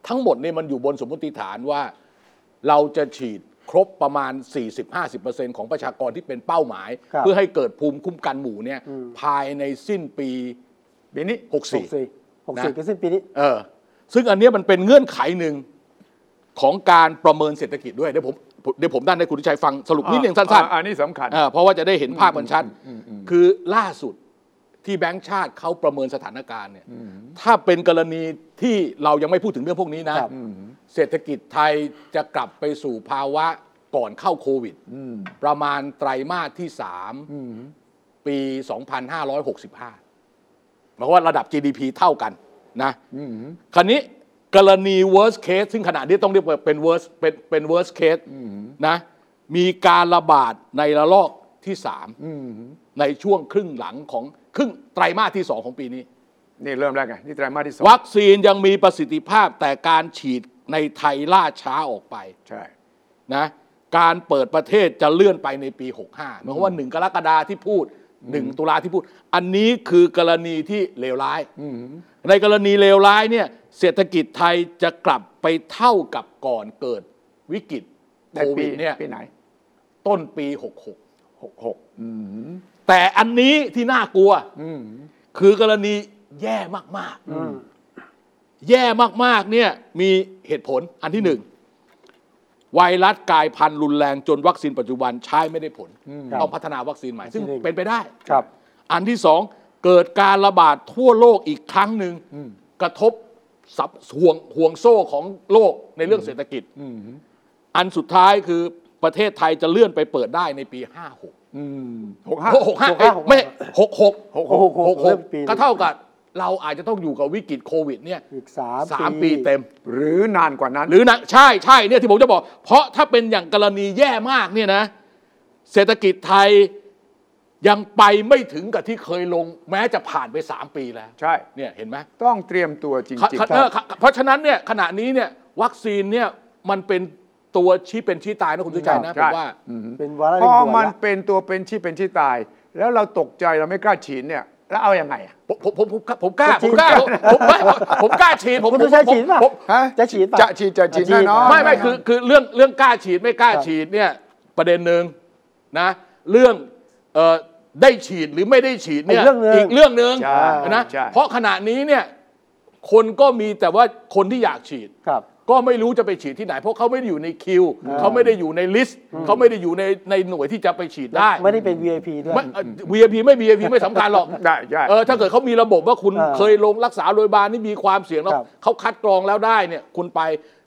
ทั้งหมดเนี่ยมันอยู่บนสมมติฐานว่า เราจะฉีดครบประมาณ 40-50%ของประชากรที่เป็นเป้าหมาย
ครับ
เพื่อให้เกิดภูมิคุ้มกันหมู่เนี่ย
อืม
ภายในสิ้นปี
ปีนี้
หก
64
สี่หกสี่
นะ
ก็สิ้นปีนี้
เออซึ่งอันเนี้ยมันเป็นเงื่อนไขหนึ่งของการประเมินเศรษฐกิจด้วย เดี๋ยวผมเดี๋ยวผมด้านในคุณทิชัยฟังสรุปนิดหนึ่งสั้น
อ่าอันนี้สำคัญ
ๆเออเพราะว่าจะได้เห็นภาพมันชัด คือล่าสุดที่แบงก์ชาติเขาประเมินสถานการณ์เนี่ยถ้าเป็นกรณีที่เรายังไม่พูดถึงเรื่องพวกนี้นะ
ครับ
เศรษฐกิจไทยจะกลับไปสู่ภาวะก่อนเข้าโควิด ประมาณไตรมาสที่ 3 ปี 2565หมายความว่าระดับ GDP เท่ากันนะคราวนี้กรณี worst case ซึ่งขณะนี้ต้องเรียกว่าเป็น worst เป็นเป็น worst case นะมีการระบาดในระลอกที่ 3 ในช่วงครึ่งหลังของครึ่งไตรมาสที่ 2 ของปีนี้
นี่เริ่มแล้วไง นี่ไตรมาสที่สอง
วัคซีนยังมีประสิทธิภาพแต่การฉีดในไทยล่าช้าออกไป
ใช่
นะการเปิดประเทศจะเลื่อนไปในปี 65หมายความว่า 1 กรกฎาที่พูด 1 ตุลาที่พูด อันนี้คือกรณีที่เลวร้าย ในกรณีเลวร้ายเนี่ยเศรษฐกิจไทยจะกลับไปเท่ากับก่อนเกิดวิกฤต
ใน
โค
ปี
วิดเนี่ย
ปีไหน
ต้นปี 66 66แต่อันนี้ที่น่ากลัวคือกรณีแย่มากๆ
อืม
แย่มาก ๆ เนี่ยมีเหตุผลอันที่หนึ่งไวรัสกลายพันธุ์รุนแรงจนวัคซีนปัจจุบันใช้ไม่ได้ผล
ครับ
ต้องพัฒนาวัคซีนใหม่ ซึ่ง
อันที่หนึ่ง
เป็นไปได้
ครับ
อันที่สองเกิดการระบาดทั่วโลกอีกครั้งหนึ่งกระทบสับห่วงห่วงโซ่ของโลกในเรื่องเศรษฐกิจ อันสุดท้ายคือประเทศไทยจะเลื่อนไปเปิดได้ในปี 56
หกห้า
หกห้าเอ้ยไม่หกหก
หกหกหกหกเริ่มปี
ก็เท่ากับเราอาจจะต้องอยู่กับวิกฤตโควิดเนี่ย
อีกสาม
สามปีเต็ม
หรือนานกว่านั้น
หรือนะใช่ใช่เนี่ยที่ผมจะบอก เพราะถ้าเป็นอย่างกรณีแย่มากเนี่ยนะ เศรษฐกิจไทยยังไปไม่ถึงกับที่เคยลง แม้จะผ่านไป 3 ปีแล้ว
ใช่
เนี่ยเห็นไหม
ต้องเตรียมตัวจริง
ขะ
ๆ
ขะ
ค
เอ
รั
อบ ขะเพราะฉะนั้นเนี่ยขณะนี้เนี่ยวัคซีนเนี่ยมันเป็น ตัวชี้เป็นชี้ตายนะคุณสุชัยนะผ
ใช่
มว่า
เป็นวาระ
พ
เร่ง
อ
ด่วน
มัน
ละ
เป็นตัวเป็นชี้เป็นชี้ตาย แล้วเราตกใจเราไม่กล้าฉีดเนี่ย แล้วเอาอยัางไงอะ
ผมผมผมผมผมกล้า
จะ
ผ
ฉี
ม
ด
กล้าผมผมไม่ผมผมกล้าฉีดผม
คุณสุชัย
ผม
ฉีดป่ะ
ผม
ฮะ
จะฉีดป่ะ
จะฉีดจะฉีดแน่นอน
ไม่ไม่คือคือเรื่องเรื่องกล้าฉีดไม่กล้าฉีดเนี่ยประเด็นหนึ่งนะเรื่องเอ่อได้ฉีดหรือไม่ได้ฉีดเนี่ย
อีกเรื่องหนึ่ง
กเรื่องหนึ่ง
ใช่
นะ
ใช่
เพราะขณะนี้เนี่ยคนก็มีแต่ว่าคนที่อยากฉีด
ครับ
ก็ไม่รู้จะไปฉีดที่ไหน เพราะเขาไม่ได้อยู่ในคิว
อ่า
เขาไม่ได้อยู่ในลิสต์เขาไม่ได้อยู่ในในหน่วยที่จะไปฉีดได้
ไม่ได้เป็น VIP ด้วย
ไม่เอ่อ VIP ไม่ VIP ไม่สำคัญหรอก
ได้ใช่
เออถ้าเกิดเขามีระบบว่าคุณ
เออ
เคยลงรักษาโรงพยาบาลนี่มีความเสี่ยงแล้ว
ครับ
เขาคัดกรองแล้วได้เนี่ยคุณไป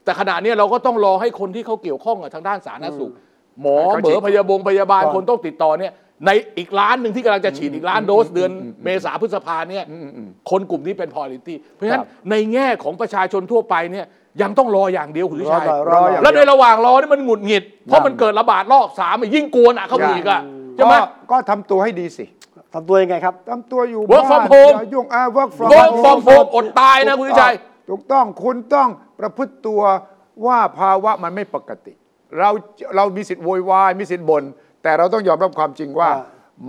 แต่ขณะเนี้ยเราก็ต้องรอให้คนที่เขาเกี่ยวข้องกับทางด้านสาธารณสุข หมอ
ให้
เบอ
เขาฉีด
พยาบงพยาบาล
ก่อน
คนต้องติดต่อเนี่ยในอีกล้านหนึ่งที่กำลังจะฉีดอีกล้านโดสเดือนเมษาพฤษภาเนี่ยคนกลุ่มนี้เป็นพอลิตี้เพราะฉะนั้นในแง่ของประชาชนทั่วไปเนี่ยยังต้องรออย่างเดียวคุณ
ร
วิ
อ
ชัย
หน่อยร
ร
อ
อ
ห
อ
น่
ย่า
อง ย
แล้วในระหว่างรอนี่มันหงุดหงิด เพราะมันเกิดระบาดรอบสามอ่ะยิ่งกวนอ่ะเขาไปอีกอ่ะใช่ไหม
ก็ก็ทำตัวให้ดีสิ
ทำตัวยังไงครับ
ทำตัวอยู่
Work
บ้าน
from home
อย่ายุ่งอ่า work from
Work from home อดตายนะ
ถูก
คุณวิชัย
ต้องถูกต้องคุณต้องประพฤติตัวว่าภาวะมันไม่ปกติ เราเรามีสิทธิ์โวยวายมีสิทธิ์บ่นแต่เราต้องยอมรับความจริงว่า
อ่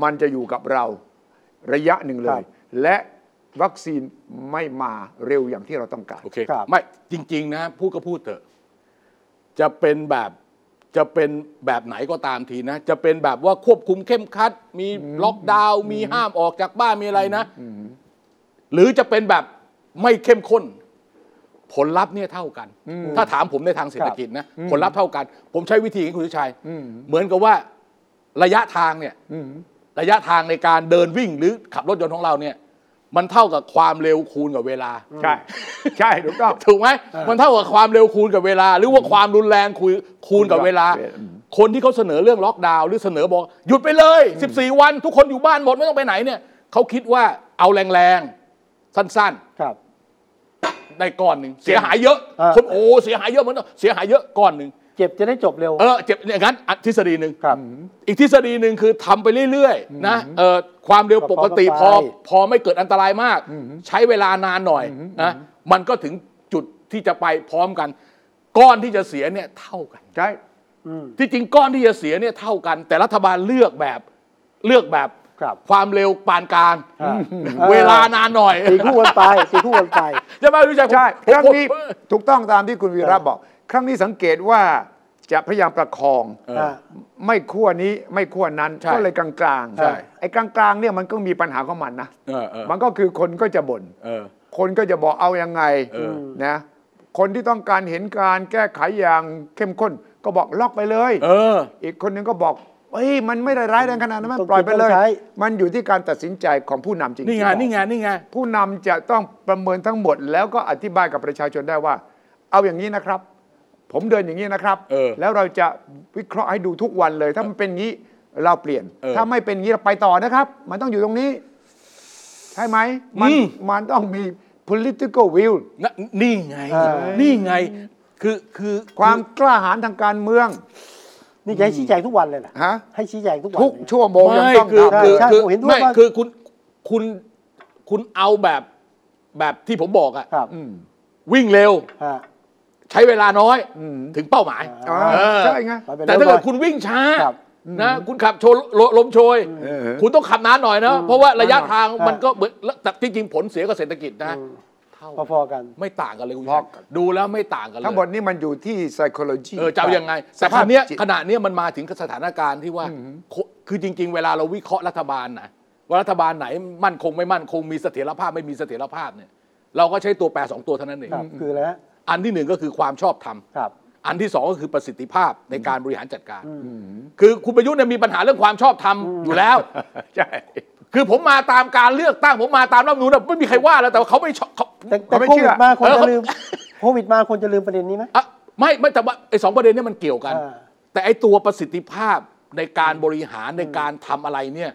มันจะอยู่กับเราระยะหนึ่งเล
ครั
ย
บ
และวัคซีนไม่มาเร็วอย่างที่เราต้องการ
โอเค
ครับ
ไม่จริง ๆ นะ พูดก็พูดเถอะ จะเป็นแบบจะเป็นแบบไหนก็ตามทีนะ จะเป็นแบบว่าควบคุมเข้มขัด มีล็อกดาวน์มีห้ามออกจากบ้านมีอะไรนะ หรือจะเป็นแบบไม่เข้มข้น ผลลัพธ์เนี่ยเท่ากัน ถ้าถามผมในทางเศรษฐกิจนะ ผลลัพธ์เท่ากัน ผมใช้วิธีของคุณสุชัย เหมือนกับว่าระยะทางเนี่ย ระยะทางในการเดินวิ่งหรือขับรถยนต์ของเราเนี่ย มันเท่ากับความเร็วคูณกับเวลา
ใช่ ใช่ถูกต้อง
ถูกไหมมันเท่ากับความเร็วคูณกับเวลา หรือว่าความรุนแรงคูณคูณกับเวลา
เวลา
คนที่เขาเสนอเรื่องล็อกดาวน์หรือเสนอบอก หยุดไปเลย 14 วัน ทุกคนอยู่บ้านหมด ไม่ต้องไปไหนเนี่ยเขาคิดว่าเอาแรงๆ สั้น
ครับ
ๆ ได้ก้อนหนึ่งเสียหายเยอะ
อ่า
คนโอ้เสียหายเยอะเหมือนเสียหายเยอะก้อนหนึ่ง
เจ็บจะได้จบเร็ว
เออเจ็บอย่างนั้นอันทฤษฎีหนึ่ง
ครับ
อีกทฤษฎีหนึ่งคือทำไปเรื่อยๆนะเอ่อความเร็วปกติพ
พ
อ
อ
พอไม่เกิดอันตรายมาก ใช้เวลานานหน่อยนะมันก็ถึงจุดที่จะไปพร้อมกัน ก้อนที่จะเสียเนี่ยเท่ากัน
ใช่
ที่จริงก้อนที่จะเสียเนี่ยเท่ากัน แต่รัฐบาลเลือกแบบเลือกแบบ
ครับ
ความเร็วปานกลาง
อ่า
เวลานานหน่อย
ตีคู่กันไปตีคู่กันไป
ใช่ไหมรู้จัก
ใช่
ผม
ครั้ง
ผม
นี้
ผม
ถูกต้องตามที่คุณวีระบอก ครั้งนี้สังเกตว่าจะพยายามประคอง
เออ
ไม่ขั้วนี้ไม่ขั้วนั้น
ใช่
ก็เลยกลางๆ
ใช่
ไอ้กลางๆเนี่ยมันก็มีปัญหาของมันนะ
เออเออ
มันก็คือคนก็จะบ่น
เออ
คนก็จะบอกเอายังไง
เออ
นะคนที่ต้องการเห็นการแก้ไขอย่างเข้มข้น ก็บอกล็อกไปเลย
เออ
อีกคนหนึงก็บอกเฮ้ยมันไม่ได้ร้ายแรงขนาดนั้นมันปล่อยไปเลย
ต้องใช้
มันอยู่ที่การตัดสินใจของผู้นำจริงๆ
นี่ไงนี่ไงนี่ไง
ผู้นำจะต้องประเมินทั้งหมด แล้วก็อธิบายกับประชาชนได้ว่า เอาอย่างนี้นะครับ ผมเดินอย่างนี้นะครับ
เออ
แล้วเราจะวิเคราะห์ให้ดูทุกวันเลย ถ้ามันเป็นงี้เราเปลี่ยน
เออ
ถ้าไม่เป็นงี้เราไปต่อนะครับ มันต้องอยู่ตรงนี้ ใช่ไหมน
อืม
มันต้องมี political will
นะนี่ไง
เออ
นี่ไงคือคือ
ความกล้าหาญทางการเมือง
นี่จะให้ชี้แจงทุกวันเลยนะ
ฮะ
ให้ชี้แจงทุกวัน
ทุก
เลย
ชั่วโมงยัง
ไม่
ต้อง
คือ
ทำ
คือ
ใช่
คือ
ผมเห็นด้วย
ไม่
ว่า
คือคุณคุณคุณเอาแบบแบบที่ผมบอกอะ
ครับ
วิ่งเร็ว
ฮะ
ใช้เวลาน้อยถึงเป้าหมาย
อ่า
เออ
ใช่ไง
แต่ถ้าเกิดคุณวิ่งช้า
ครับ
นะคุณขับโชนลลมโชย คุณต้องขับนานหน่อยนะ เพราะว่าระยะทางมันก็เหมือนแล้วแต่ที่จริงผลเสียกับเศรษฐกิจนะ
อืม
เท่า
พอๆกัน
ไม่ต่างกันเลยคุณ
พอ
ชาย
กัน
ดูแล้วไม่ต่างกันเลย
ทั้งหมดนี่มันอยู่ที่ psychology
เออจะเอายังไง
ส
แต่ข
ภาพ
ณะเนี้ย
จิต
ขณะเนี้ยมันมาถึงสถานการณ์ที่ว่าคคือจริง ๆ เวลาเราวิเคราะห์รัฐบาลนะว่ารัฐบาลไหนมั่นคงไม่มั่นคงมีเสถียรภาพไม่มีเสถียรภาพเนี่ย เราก็ใช้ตัวแปรสองตัวเท่านั้นเอง
ครับ คืออะไรฮะ
อันที่หนึ่งก็คือความชอบธรรม
ครับ
อันที่สองก็คือประสิทธิภาพในการบริหารจัดการ คือคุณประยุทธ์เนี่ยมีปัญหาเรื่องความชอบธรรมอยู่ แล้ว
ใช่
คือผมมาตามการเลือกตั้งผมมาตามรัฐธรรมนูญนะไม่มีใครว่าแล้วแต่ว่าเขาไม่ชอบเขา
แต่แต่
เขาไม่
โค
เชื่
วิ
อ
ดมาคน
เออ
จะ
เขา
ลืมโควิดมาคนจะลืมประเด็นนี้ไหม
อ่ะไม่ไม่แต่ว่าไอ้สองประเด็นเนี่ยมันเกี่ยวกัน
อ่า
แต่ไอ้ตัวประสิทธิภาพในการบริหารในการทำอะไรเนี่ย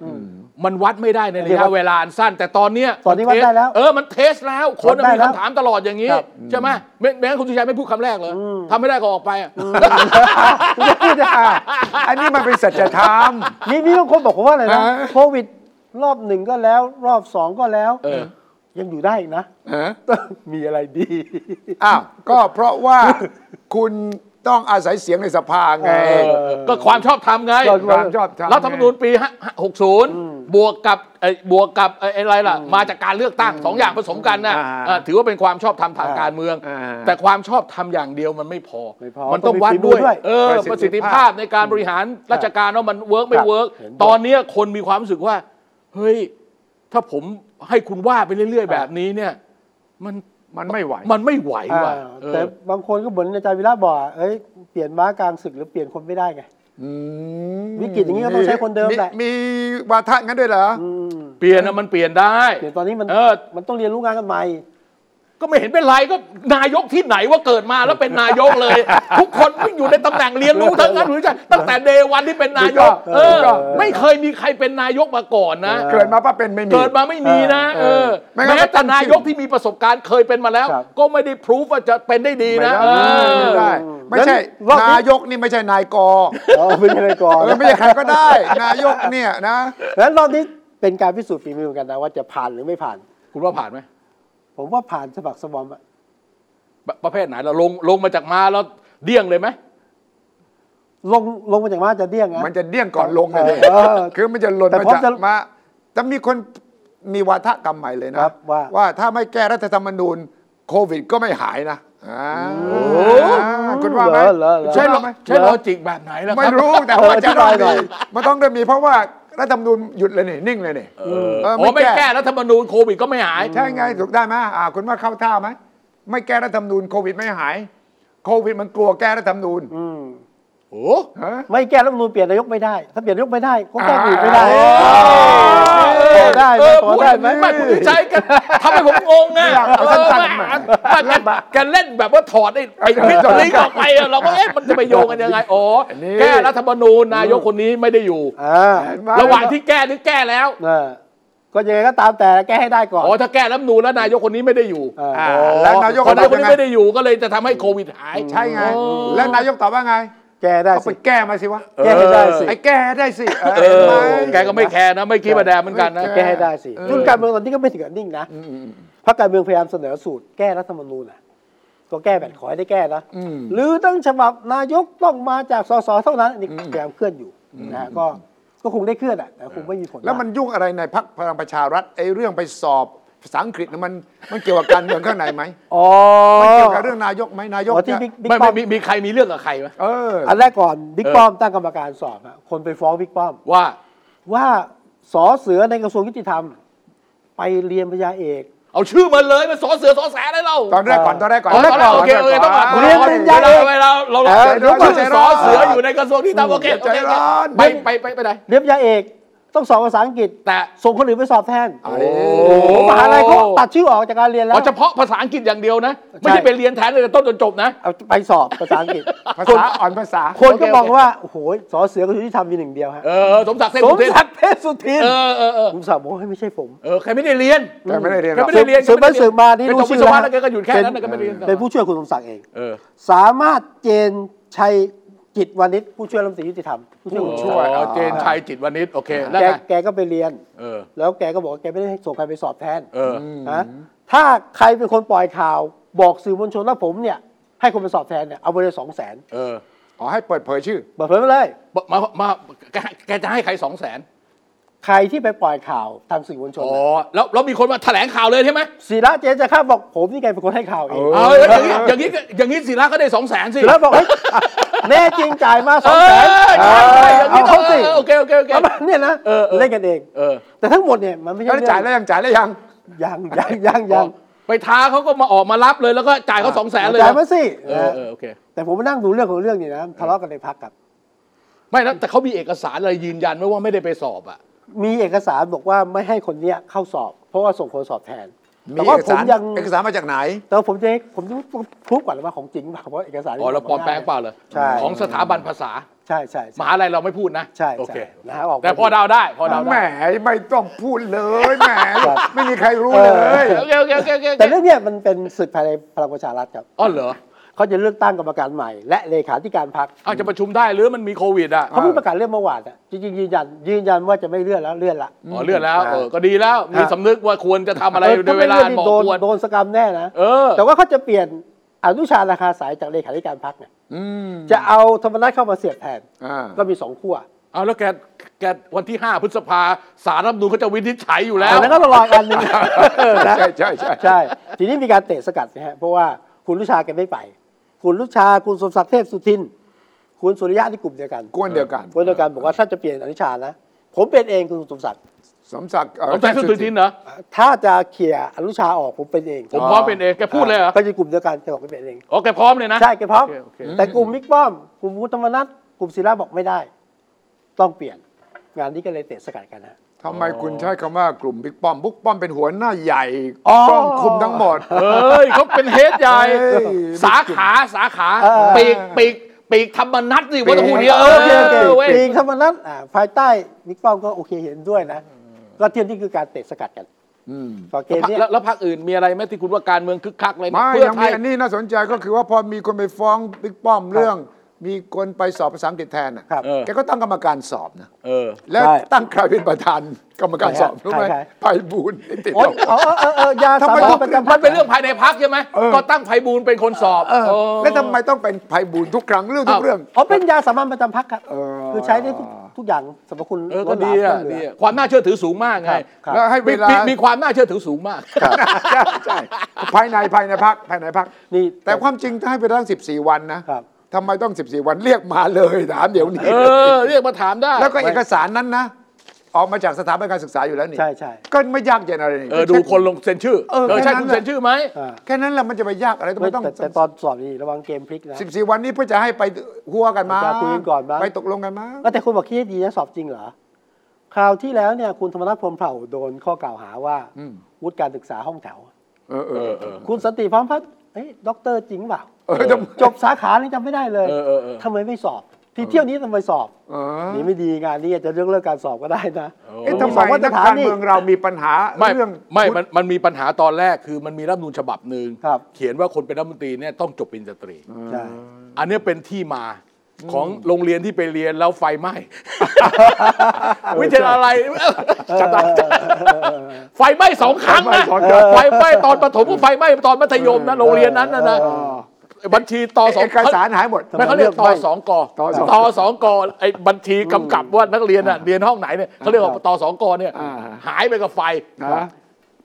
มันวัดไม่ได้ในระ
เดี๋ยว
ยะ
วัด
เวลาอันสั้น แต่ตอนเนี้ย
ตอนนี้วัดได้แล้ว
เออมันเทสแล้ว คน
วัดได้
มี
แล้ว
คำถามตลอดอย่างนี้
ครับ
ใช่ไหมไม่ไม่งั้นคุณสุชัยไม่พูดคำแรกเลยทำไม่ได้ก็ออกไปอะ
พูดอ่ะอันนี้มันเป็นสัจธรรม
มีมีบางคนบอกผมว่าอะไรนะ
ฮะ
โควิด รอบหนึ่งก็แล้ว รอบสองก็แล้ว
เออ
ยังอยู่ได้อีกนะ มีอะไรดี
อ้าว ก็เพราะว่าคุณ ต้องอาศัยเสียงในสภาไง
ก็ความชอบธรรมไง
ก็
ความชอบธรรม
รัฐธรรมนูญปีหกศูนย์บวกกับไอ้บวกกับไอ้อะไรล่ะ มาจากการเลือกตั้งสองอย่างผสมกันนะ
อ่า
เออถือว่าเป็นความชอบธรรมทางการเมือง
อ่า
แต่ความชอบธรรมอย่างเดียวมันไม่พอ
ไม่พอ
มันต้อง
ต้องมี
วัด
ฝีมื
ด้
อ
วย
ด้วย
เออ
ป
ประ ระ
สิ
สิ
ท
ท
ธิ
ธิ
ภาพ
ภาพในการบริหารราชการว่ามันเวิร์กไม่
ครับ
เวิร์ก
เห็นด้วย
ตอนเนี้ยคนมีความรู้สึกว่า เฮ้ย ถ้าผมให้คุณว่าไปเรื่อย ๆ แบบนี้เนี่ย มัน
มันไม่ไหว
มันไม่ไหวว่ะ
อ่า
เออ
แต่บางคนก็เหมือนอาจารย์วิระบอกอะเอ้ยเปลี่ยนม้ากลางศึกหรือเปลี่ยนคนไม่ได้ไง วิกฤตอย่างนี้ก็ต้องใช้คนเดิมแหละ
มีวาทะงั้นด้วยเหรอ
อืม
เปลี่ยนอะมันเปลี่ยนได้
เดี๋ยวตอนนี้มัน
เออ
มันต้องเรียนรู้งานกันใหม่
ก็ไม่เห็นเป็นไรก็นายกที่ไหนว่าเกิดมาแล้วเป็นนายกเลย ทุกคนวิ่งอยู่ในตำแหน่งเรียนรู้ทั้งนั้นหรือจะตั้งแต่เดวันที่เป็นนายก เออ
ถูกต้องเออ
ไม่เคยมีใครเป็นนายกมาก่อนนะ
ออ
เกิดมาป้าเป็นไม่มี
เกิดมาไม่มีนะ
เอ
เอ
อ
อ
ไม่งั้น
แม้
ก็ตั้
แต่
ง
นายกที่มีประสบการณ์เคยเป็นมาแล้ว
ครับ
ก็ไม่ได้พรูฟว่าจะเป็นได้ดีนะเอ
ไม่
อ
ได้ไม่ได้
ร
ไม่ใช่
อบนี้
นายกนี่ไม่ใช่นาย ก
เออเป็นยังไงก่อน
เออไม่ใช่ใครก็ได้ นายกเนี่ยนะ
แล้วรอบนี้เป็นการพิสูจน์ฝีมือเหมือนกันนะว่าจะผ่านหรือไม่ผ่าน
คุณว่าผ่านไหม
ผมว่าผ่านสะบักสะบอมอะ
ประประเภทไหนเราลงลงมาจากมาแล้วเดี่ยงเลยไหม
ลงลงมาจากม้าจะเดี้ยงนะ
มันจะเดี้ยงก่อนลงเลย
เออ
คือมันจะหล่น
แต่
มา
พร้อม
จาก
จะ
มาแต่มีคนมีวาทกรรมใหม่เลยนะ
ครับว่า
ว่าถ้าไม่แก้รัฐธรรมนูญโควิดก็ไม่หายนะอ่าคุณว่าไหม
เหรอเหรอเหรอ
ใช่
ใช่
ห
หร
รอ
อ
ไหม
ใช่ลอจิกแบบไหนล่ะค
ไม่
รับ
รู้แต่
เอ
ว่า
อ
จะ
อ
ต้อง
ธิบายหน่อย
มีมันต้องได้มีเพราะว่ารัฐธรรมนูญหยุดเลยนี่นิ่งเลยนี่
เออ
เออ
อ๋อไม่แก้รัฐธรรมนูญโควิดก็ไม่หาย
ใช่ไงถูกได้ไหมอ่าคุณว่าเข้าท่าไหมไม่แก้รัฐธรรมนูญโควิดไม่หาย โควิดมันกลัวแก้รัฐธรรมนูญ
อืม
โอ้
ฮะ
ไม่แก้รัฐธรรมนูญเปลี่ยนนายกไม่ได้ ถ้าเปลี่ยนนายกไม่ได้ก็แก้อื่นไม่ได้
อ่า
พอได้ไหม
เออ
พอ
พูด
ได้ไหม
ไม่คุณใช้กันทำให้ผมงง
ไม่
อ่ะ
อยากเอาสั้นๆ
เออ
มา
ไม่ไม่ไม่แกันเล่นแบบว่าถอดไอ้ไอ้พิจลิงออกไปอะเราก็เอ๊ะมันจะไปโยงกันยังไงอ๋ออน
นี้
แก้รัฐธรรมนูญนายกคนนี้ไม่ได้อยู่
อ่า
เห็นไ
ระหว่างที่แก้หรือแก้แล้ว
เออก็ยังไงก็ตามแต่แก้ให้ได้ก่อน
อ๋อถ้าแก้รัฐธรรมนูญแล้วนายกคนนี้ไม่ได้อยู่
า
อ่าแล้วนายก
คนนี้คนนี้
ตอบยังไง
ไม่ได้อยู่ก็เลยจะทำให้โควิดหาย
ใช่ไง
โอ้
แล้วนายกตอบว่าไง
แก้ได้
ก็ไป
สิ
แก้มาสิวะ
แก้ให้ได้สิ
ไอ้แก้ได้สิเออ
เออ
เห็นไหม
แกก็ไม่แคร์นะไม่คิดประแดงเหมือนกันนะ
ไม่
แก้ให้ได้สิ
เออ
รุ่นการเมืองตอนนี้ก็ไม่ถึงกับนิ่งนะพรรคการเมืองพยายามเสนอสูตรแก้รัฐธรรมนูญนะก็แก้แบบขอให้ได้แก้นะหรือตั้งฉบับนายกต้องมาจากสสเท่านั้นอันนี่พยายามเคลื่อนอยู่นะฮะก็ก็คงได้เคลื่อนอ่ะแต่คงไม่มีผล
แล้วมันยุ่งอะไรในพักพลังประชารัฐไอ้เรื่องไปสอบภาษาอังกฤษนะมันมันเกี่ยวกับการเมืองข้างในไหม
อ๋อ
มันเกี่ยวกับเรื่องนายกไหมนายก
อ๋อที่
จะ
บิ๊กบิ๊ก
ไม่
ป้
ไม่
อม
มีมีใครมีเรื่องกับใครไหม
เออ
อันแรกก่อนบิ๊ก
เออ
ป้อมตั้งกรรมการสอบอะคนไปฟ้องบิ๊กป้อม
ว่า
ว่าสอเสือในกระทรวงยุติธรรม ไปเรียนปริญญาเอก
เอาชื่อมันเลยมันสอเสือสอแสได้เรา
ตอนแรกก่อนตอนแรกก่อน
ตอนแรกโอเคโอเคต้องมา
เรียนปริญญาเอก
เวลาเวลาเราเราเราเราชื่อสอเสืออยู่ในกระทรวงที่ทำโอเคโอ
ใจ
เคโอเค
ร้อน
ไปไปไปไปไหน
เรียนปริญญาเอกต้องสอบภาษาอังกฤษ
แต่
ส่งคนอื่นไปสอบแทน
โอ้
มหาลัยเขาตัดชื่อออกจากการเรียนแล้ว
เอาเฉพาะภาษาอังกฤษอย่างเดียวนะ ไม่ใช่ไปเรียนแทนเลยต้นจนจบนะ
เอาไปสอบภาษาอังกฤษ
ภาษาอ่อนภาษา
คนก็
โอเค
มองว่า โอ้โห สอเสือกระทรวงยุติธรรมมีหนึ่งเดียวฮะ
เออสมศักดิ์เส้น
สม
สุเทพ
ศักดิ์เทพสุทิน
เออเออเออ
ผมสาวบอกให้ไม่ใช่ผม
เออใครไม่ได้เรียน
แต่ไม่ได้เรียนห
แก
รอก
ไม่ได้เรียน
สืบไปสืบมานี่รู้
รู้
ชื่
ชื่
อ
อ
แล้ว
แล้วแกก็หยุดแค่นั้นนะแกไม่ได้เรียนต่อ
เป็นผู้ช่วยคุณสมศักดิ์เอง
เออ
สามารถเจนชัยจิตวานิชผู้ช่วยรัฐมนตรียุติธรรมผู้ช่วยคุณ
ช่
ช่
ว
วย ย
อ๋อเจนชัยจิตรวานิชโอเคแล้ว
แก
ไง
แกก็ไปเรียน
เออ
แล้วแกก็บอกว่าแกไม่ได้ส่งใครไปสอบแทน
เออ
นะถ้าใครเป็นคนปล่อยข่าว บอกสื่อมวลชนว่าผมเนี่ย ให้คนไปสอบแทนเนี่ยเอาไปเลยสองแสน
เออ
อ๋อให้เปิดเผยชื่อ
เปิดเผยมาเลย
มามาแกแกจะให้ใครสองแสน
ใครที่ไปปล่อยข่าวทางสื่อมวลชน
อ๋อ
น่ะ
แล้วแล้วมีคนมาแถลงข่าวเลยใช่ไหม
ศิระเจนจะข้ามบอกผมนี่ไงเป็นคนให้ข่าวเอง
เ
เอาแล้วอย่างนี้อย่างนี้อย่างนี้ศิระก็ได้สองแสนสิ
ศิระบอกเฮ้ยแน่จริงจ่ายมาส
เอ
อง
อ
แสน
ใช่ใช่อย่าง
เอา
นี้ต้อ
เขา
ง
สิ
เออโอเคโอเคโอเค
ประมาณเนี่ยนะ
เออเออ
เล่นกันเอง
เออ
แต่ทั้งหมดเนี่ยมันไม่ใช่
แล้ว
เรื่อง
จ่ายแล้วยังจ่ายแล้วยัง
ยังยังยังยัง
ไปท้าเขาก็มาออกมารับเลยแล้วก็จ่ายเขาสองแสนเลย
จ่ายมาสิ
เออเออโอเค
แต่ผมมานั่งดูเรื่องของเรื่องนี่นะทะเลาะกันในพักกับ
ไม่นะแต่เขามีเอกสารอะไรยืนยันไหมว่าไม่ได้ไปสอบอ่ะ
มีเอกสารบอกว่าไม่ให้คนเนี้ยเข้าสอบ เพราะว่าส่งคนสอบแทน
มี
แต่
เอ
ว่าก ผม
สาร
ยัง
เอกสารมาจากไหน
แต่ว่าผมจะผมจะพูดก่อนเลยว่าของจริงหรือเปล่าเพราะเอกสาร
อ๋อเราปลอมแปลงเปล่าเลย
ใช่
ของสถาบันภาษา
ใช่ใช่
ม
ใช่
หาลัยเราไม่พูดนะ
ใช่
โอเค
ใช่นะฮะออก
แต่พอเดาได้พอเดา
แหม
ได้
ไม่ต้องพูดเลยแหมไม่มีใครรู้เลย
โอเคโอเคโอเคโอเค
แต่เรื่องเนี้ยมันเป็นศึกภายในพลังประชารัฐครับ
อ๋อเหรอ
เขาจะเลือกตั้งกรรมการใหม่ และเลขาธิการพรรค
เอาจะประชุมได้หรือมันมีโควิดอ่ะ
เขาเพิ่งประกาศเลื่อนเมื่อวานอะจริงๆยืนยันยืนยันว่าจะไม่เลื่อนแล้วเลื่อนละ
อ๋อเลื่อนแล้วเออก็ดีแล้วมีสำนึกว่าควรจะทำอะไรใน
ถ้า
เว
ไม่
ลา
เลื่อน
เห
นี่
มาะ
โดน
ควร
โดนสกรรมแน่นะ
เออ
แต่ว่าเขาจะเปลี่ยนอนุชาราคาสายจากเลขาธิการพรรคเนี่ย
อืม
จะเอาธรรมนัฐเข้ามาเสียบแทน
อ่า
ก็มีสองขั้ว
เอาแล้วแกแกวันที่ 5 พฤษภาสารรัฐธรรมนูลเขาจะวินิจฉัยอยู่แล้ว
อันนั้นก็รออีกอันหนึ่งนะ
ใช่ใช่ใช่
ใช่ ทีนี้มีการเตะสกัดนะฮะเพราะว่าคุณลุชาแกไม่ไป คุณลุชาคุณสมศักดิ์เทพสุทิน คุณสุริยะนี่กลุ่มเดียวกัน
กวนเดียวกัน
คนเดียวกันบอกว่าถ้าจะเปลี่ยนอนุชานะ ผมเป็นเองคุณสมศักดิ์
สมศักดิ์เอ่อ
ผมใช้สุดทินเหรอ
ถ้าจะเขี่ยอนุชาออกผมเป็นเอง
ผมพร้อมเป็นเอง แกพูดเลยเหรอ
ก็จะกลุ่มเดียวกันแกบอกไม่เป็นเอง
อ๋อแกพร้อมเลยนะ
ใช่แกพร้อม
โอเคโอเค
แต่กลุ่มมิกป้อม กลุ่มวุฒิธรรมนัฐกลุ่มศิลาบอกไม่ได้ ต้องเปลี่ยน งานนี้ก็เลยเตะสกัดกันนะ
ทำไมคุณใช้คำว่ากลุ่มบิ๊กป้อมบิ๊กป้อมเป็นหัวหน้าใหญ่
อ๋อ
ป้อมคุมทั้งหมด
เอ้ยเขาเป็นเฮดใหญ่
เอ้ย
สาขาสาขา
เออ
ปีกปีกปีกธรรมนัตสิ
ปี
ว่าก ต้องพูดอย่างนี้เอ
โอเคโอเค
อเว้ย
จริงธรรมนัฐอ่าภายใต้มิกป้อมก็โอเคเห็นด้วยนะ ก็เที่ยงที่คือการเตะสกัดกัน
อืม
ต่อเกมเนี้ย
แล้วแล้วพรรคอื่นมีอะไรไหมที่คุณว่าการเมืองคึกคักอะไรเนี่ย
ไม่
เพื่อ
ยัง
ไท
มี
ย
อันนี้น่าสนใจก็คือว่าพอมีคนไปฟ้องบิ๊กป้อมเรื่อง มีคนไปสอบภาษาอังกฤษแทนน่ะ
ครับ
เออแกก็ตั้งกรรมการสอบนะ
เออ
แล้ว
ใช่
ตั้งใครเป็นประธานกรรมการสอบ
ใครฮะ
รู้ไหม
ใคร
ไพบูลย์นิติด
โอ๊ย
ล
อ๋อเออเออเออยา
ทำ
สา
ไม
มั
ต้
ญ
อง
ประจำ
มั
พั
น
ก
เป็นเรื่องภายในพักใช่ไหม
เออ
ก็ตั้งไพบูลย์เป็นคนสอบ
เออ
เออ
แล้วทำไมต้องเป็นไพบูลย์ทุกครั้งเรื่องทุกเรื่อง
อ๋อเป็นยาสามัญประจำพักครับ
เออ
คือใช้ได้ทุกทุกอย่างสรรพคุณ
เออก็ดี
ล้
อ่ะ
นหลาม
ดีอะความน่าเชื่อถือสูงมากไง
ครับ
แล้วให้เวลา
มีมีความน่าเชื่อถือสูงมาก
ใช่ใช่ภายในภายในพักภายในพัก
นี่
แต่ความจริงถ้าให้ไปตั้ง 14 วันนะครับ ทำไมต้อง 14 วันเรียกมาเลยถามเดี๋ยวนี้
เออ เรียกมาถามได้
แล้วก็เอกสารนั้นนะออกมาจากสถาบันการศึกษาอยู่แล้วนี่
ใช่ใช่
ก็ไม่ยากเย็นอะไรนี่
เออ ดูคนลงเซ็นชื่อ
เออ
เออ ใช่
แค่นั้น
คุณ
แหละ
เซ็นชื่อไหม
อ่า
แค่นั้นแหละมันจะไปยากอะไรทำไมต้อง
แต่แต่ตอนสอบนี่ระวังเกมพลิกนะ
สิบสี่วันนี้เพื่อจะให้ไปหัวกันมา
จะคุยกันก่อนมั้ง
ไปตกลงกันมา
ก็แต่คุณบอกคิดให้ดีนะสอบจริงเหรอ คราวที่แล้วเนี่ยคุณธรรมนัฐพรหมเผ่าโดนข้อกล่าวหาว่าวุฒิการศึกษาห้องแถว
เออเอ
เอ
อ
อเออ
คุณสันติพร้อมพัฒน์เอ้ยด็อกเตอร์จริงเปล่า
เออจะ
จบสาขานี่จำไม่ได้เลย
เออเออเออ
ทำไมไม่สอบ ที่เที่ยวนี้ทำไมสอบ
เออ
นี่ไม่ดีงานนี้อาจจะเรื่องเลิกการสอบก็ได้นะ
เอ๊ะ
ผ
ทำไม
บอกว่
นั
จะ
ก
ถ
การ
นี่
เมืองเรามีปัญหา
ไม่
เรื่อง
ไม่
วุ
มั
ฒิ
นมันมีปัญหาตอนแรกคือมันมีรัฐธรรมนูญฉบับหนึ่ง
ครับ
เขียนว่าคนเป็นรัฐมนตรีเนี่ยต้องจบปริญญาตรี
ใช่
อันเนี้ยเป็นที่มาของโรงเรียนที่ไปเรียนแล้วไฟไหม้ วิทยาลัยจัดตาไฟไหม้สองครั้งนะไฟไหม้ตอนประถมก็ไฟไหม้ตอนมัธยมนะโรงเรียนนั้นนะนะบัญชีตอสอง
เอกสารหายหมด
ไม่เขาเรียกตอสองกอ
ตอสองก
ตอสองกอไอ้บัญชีกำกับว่านักเรียนน่ะเรียนห้องไหนเนี่ยเขาเรียกว่าตอสองกอเนี่ยหายไปกับไฟ
นะ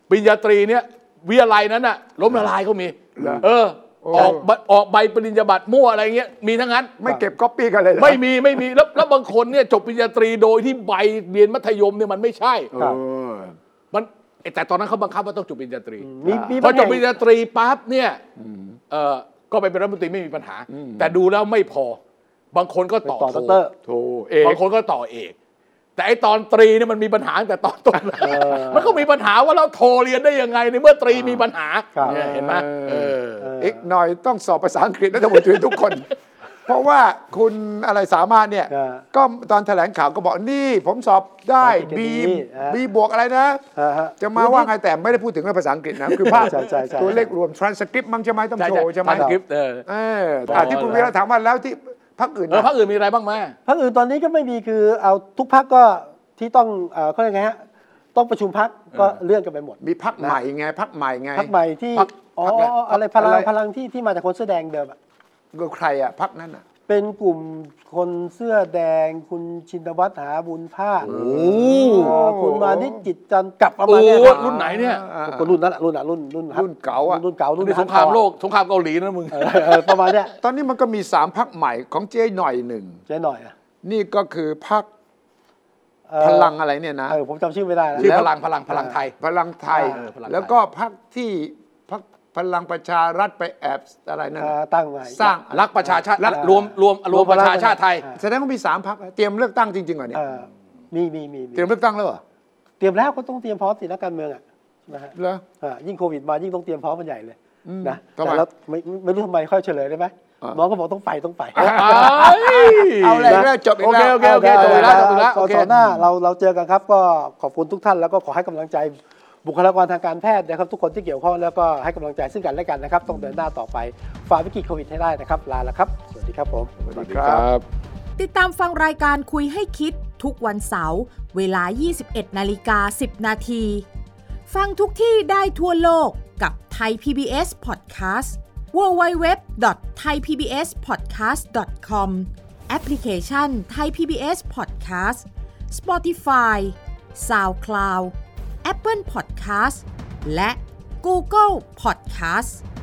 ปริญญาตรีเนี่ยวิทยาลัยนั้นน่ะล้มละลายก็มี
เหรอ
เออ
โอ้
ออกใบออกใบปริญญาบัตรมั่วอะไรเงี้ยมีทั้งนั้น
ไม่เก็บก๊อปปี้กันเลยเหรอ
ไม่มีไม่มีแล้วแล้วบางคนเนี่ยจบปริญญาตรีโดยที่ใบเรียนมัธยมเนี่ยมันไม่ใช่
เออ
มันแต่ตอนนั้นเขาบังคับว่าต้องจบปริญญาตรี
มีมี
พอจบป
แห่
ริ
ง
ญญาตรีปั๊บเนี่ยเออก็ไปเป็นรัฐมนตรีไม่มีปัญหา แต่ดูแล้วไม่พอ บางคนก็ต่อ
ไปต่อ
โท
ด็อกเตอร์
โทเอกบางคนก็ต่อเอก แต่ไอตอนตรีเนี่ยมันมีปัญหาตั้งแต่ตอนต้นแล้วมันก็มีปัญหาว่าเราโทเรียนได้ยังไงในเมื่อตรีมีปัญหา
ครับ
เนี่ยเห็นไหม
เอ
เออ
อีกหน่อยต้องสอบภาษาอังกฤษรัฐมนตรีทุกคน เพราะว่าคุณอะไรสามารถเนี่ย
อ่า
ก็ตอนแถลงข่าวก็บอกนี่ผมสอบได้
สอบเกรด
บี
ดีอ่า
บีบวกอะไรนะ
อ่ฮ
จะมาว่าไงแต่ไม่ได้พูดถึงเรื่องภาษาอังกฤษนะ คือภาพ
ใช่ใช่ใช่
ตัวเลขรวม transcript มั้งใช่ไหมต้อง
ใช่
โช
ใช่
ว์ใช่ไหม
ทางคลิปเออ
เอออ่ะที่คุณวีระถามว่าแล้วที่พักอื่น
เออ
นะ
พรรคอื่นมีอะไรบ้างไหม
พักอื่นตอนนี้ก็ไม่มีคือเอาทุกพักก็ที่ต้องเอ่อเขาเรียกไงฮะต้องประชุมพักก็เลื่อนกันไปหมด
มีพักใหม่ไงพักใหม่ไง
พักใหม่ที่
พรรค
อ๋อ
พรรคอะ
อะ
ไร
ไร
พ
พ
รรค
ลัง
อะไร
พลังที่ที่มาจากคนเสื้อแดงเดิมอะ
ก็ใครอ่ะพักนั้นอ่ะ
เป็นกลุ่มคนเสื้อแดง คุณชินวัตรหาบุญภาคเอ่อคุณมานิดจิตจันทร์กลับประมาณเนี้ย
โอ้
ครับ
รุ่นไหนเนี่ย
อ่า
ก็รุ่นนั้นแหละรุ่นน่ะรุ่นรุ่นฮัท
รุ่นเก่าอะ
รุ่นเก่ารุ่น
ใน
ฮัท
สงครามโลกสงครามเกาหลีนะมึง
เออเออประมาณเนี้ย
ตอนนี้มันก็มีสามพักใหม่ของเจ๊หน่อยหนึ่ง
เจ๊หน่อยอะ
นี่ก็คือพัก
เอ่อ
พลังอะไรเนี่ยนะ
เออผมจำชื่อไม่ได้แล้ว
ชื่อ
แล้ว
พลังพลังพลังไทย
พลังไทย
เออพลังไทย
แล้วก็พักที่พักพลังประชารัฐไปแอบอะไรนั่นน่ะ
อ่าตั้งไว้
สร้าง
รักประชาชาติ
รัก
รวมรวมรวมประชาชาติไทย
แสดงว่ามีสามพักเตรียมเลือกตั้งจริงๆเหรอเนี่
เอ
ย
อมีมีมีมี
เตรียมเลือกตั้งแล้วเหรอ
เตรียมแล้วก็ต้องเตรียมพร้อมสินักการเมืองอะนะฮะ
เหรอ
อ่ายิ่งโควิดมายิ่งต้องเตรียมพร้อมมันใหญ่เลย
อืม
นะ
ทำไม
แต่แล้วไม่ไม่ไม่รู้ทำไมค่อยเฉลยได้ไหม
อ่า
น้องก็บอกต้องไปต้องไป
เอาเลยเรื่องจบอีกแล้ว
โอเคโอเคจบอีกแล้วจบอีกแล้ว
ส
โอเค
หน้าเราเราเจอกันครับ ก็ขอบคุณทุกท่านแล้วก็ขอให้กำลังใจบุคลากรทางการแพทย์นะครับ ทุกคนที่เกี่ยวข้องแล้วก็ให้กำลังใจซึ่งกันและกันนะครับ ต้องเดินหน้าต่อไปฝ่าวิกฤตโควิดให้ได้นะครับลาแล้วครับ สวัสดีครับผม
สวัสดีครับ
ติดตามฟังรายการคุยให้คิดทุกวันเสาร์เวลา 21นาฬิกา10 นาที ฟังทุกที่ได้ทั่วโลกกับไทย PBS Podcast www.thaipbspodcast.com แอปพลิเคชัน Thai PBS Podcast Spotify SoundCloud Apple Podcast และ Google Podcast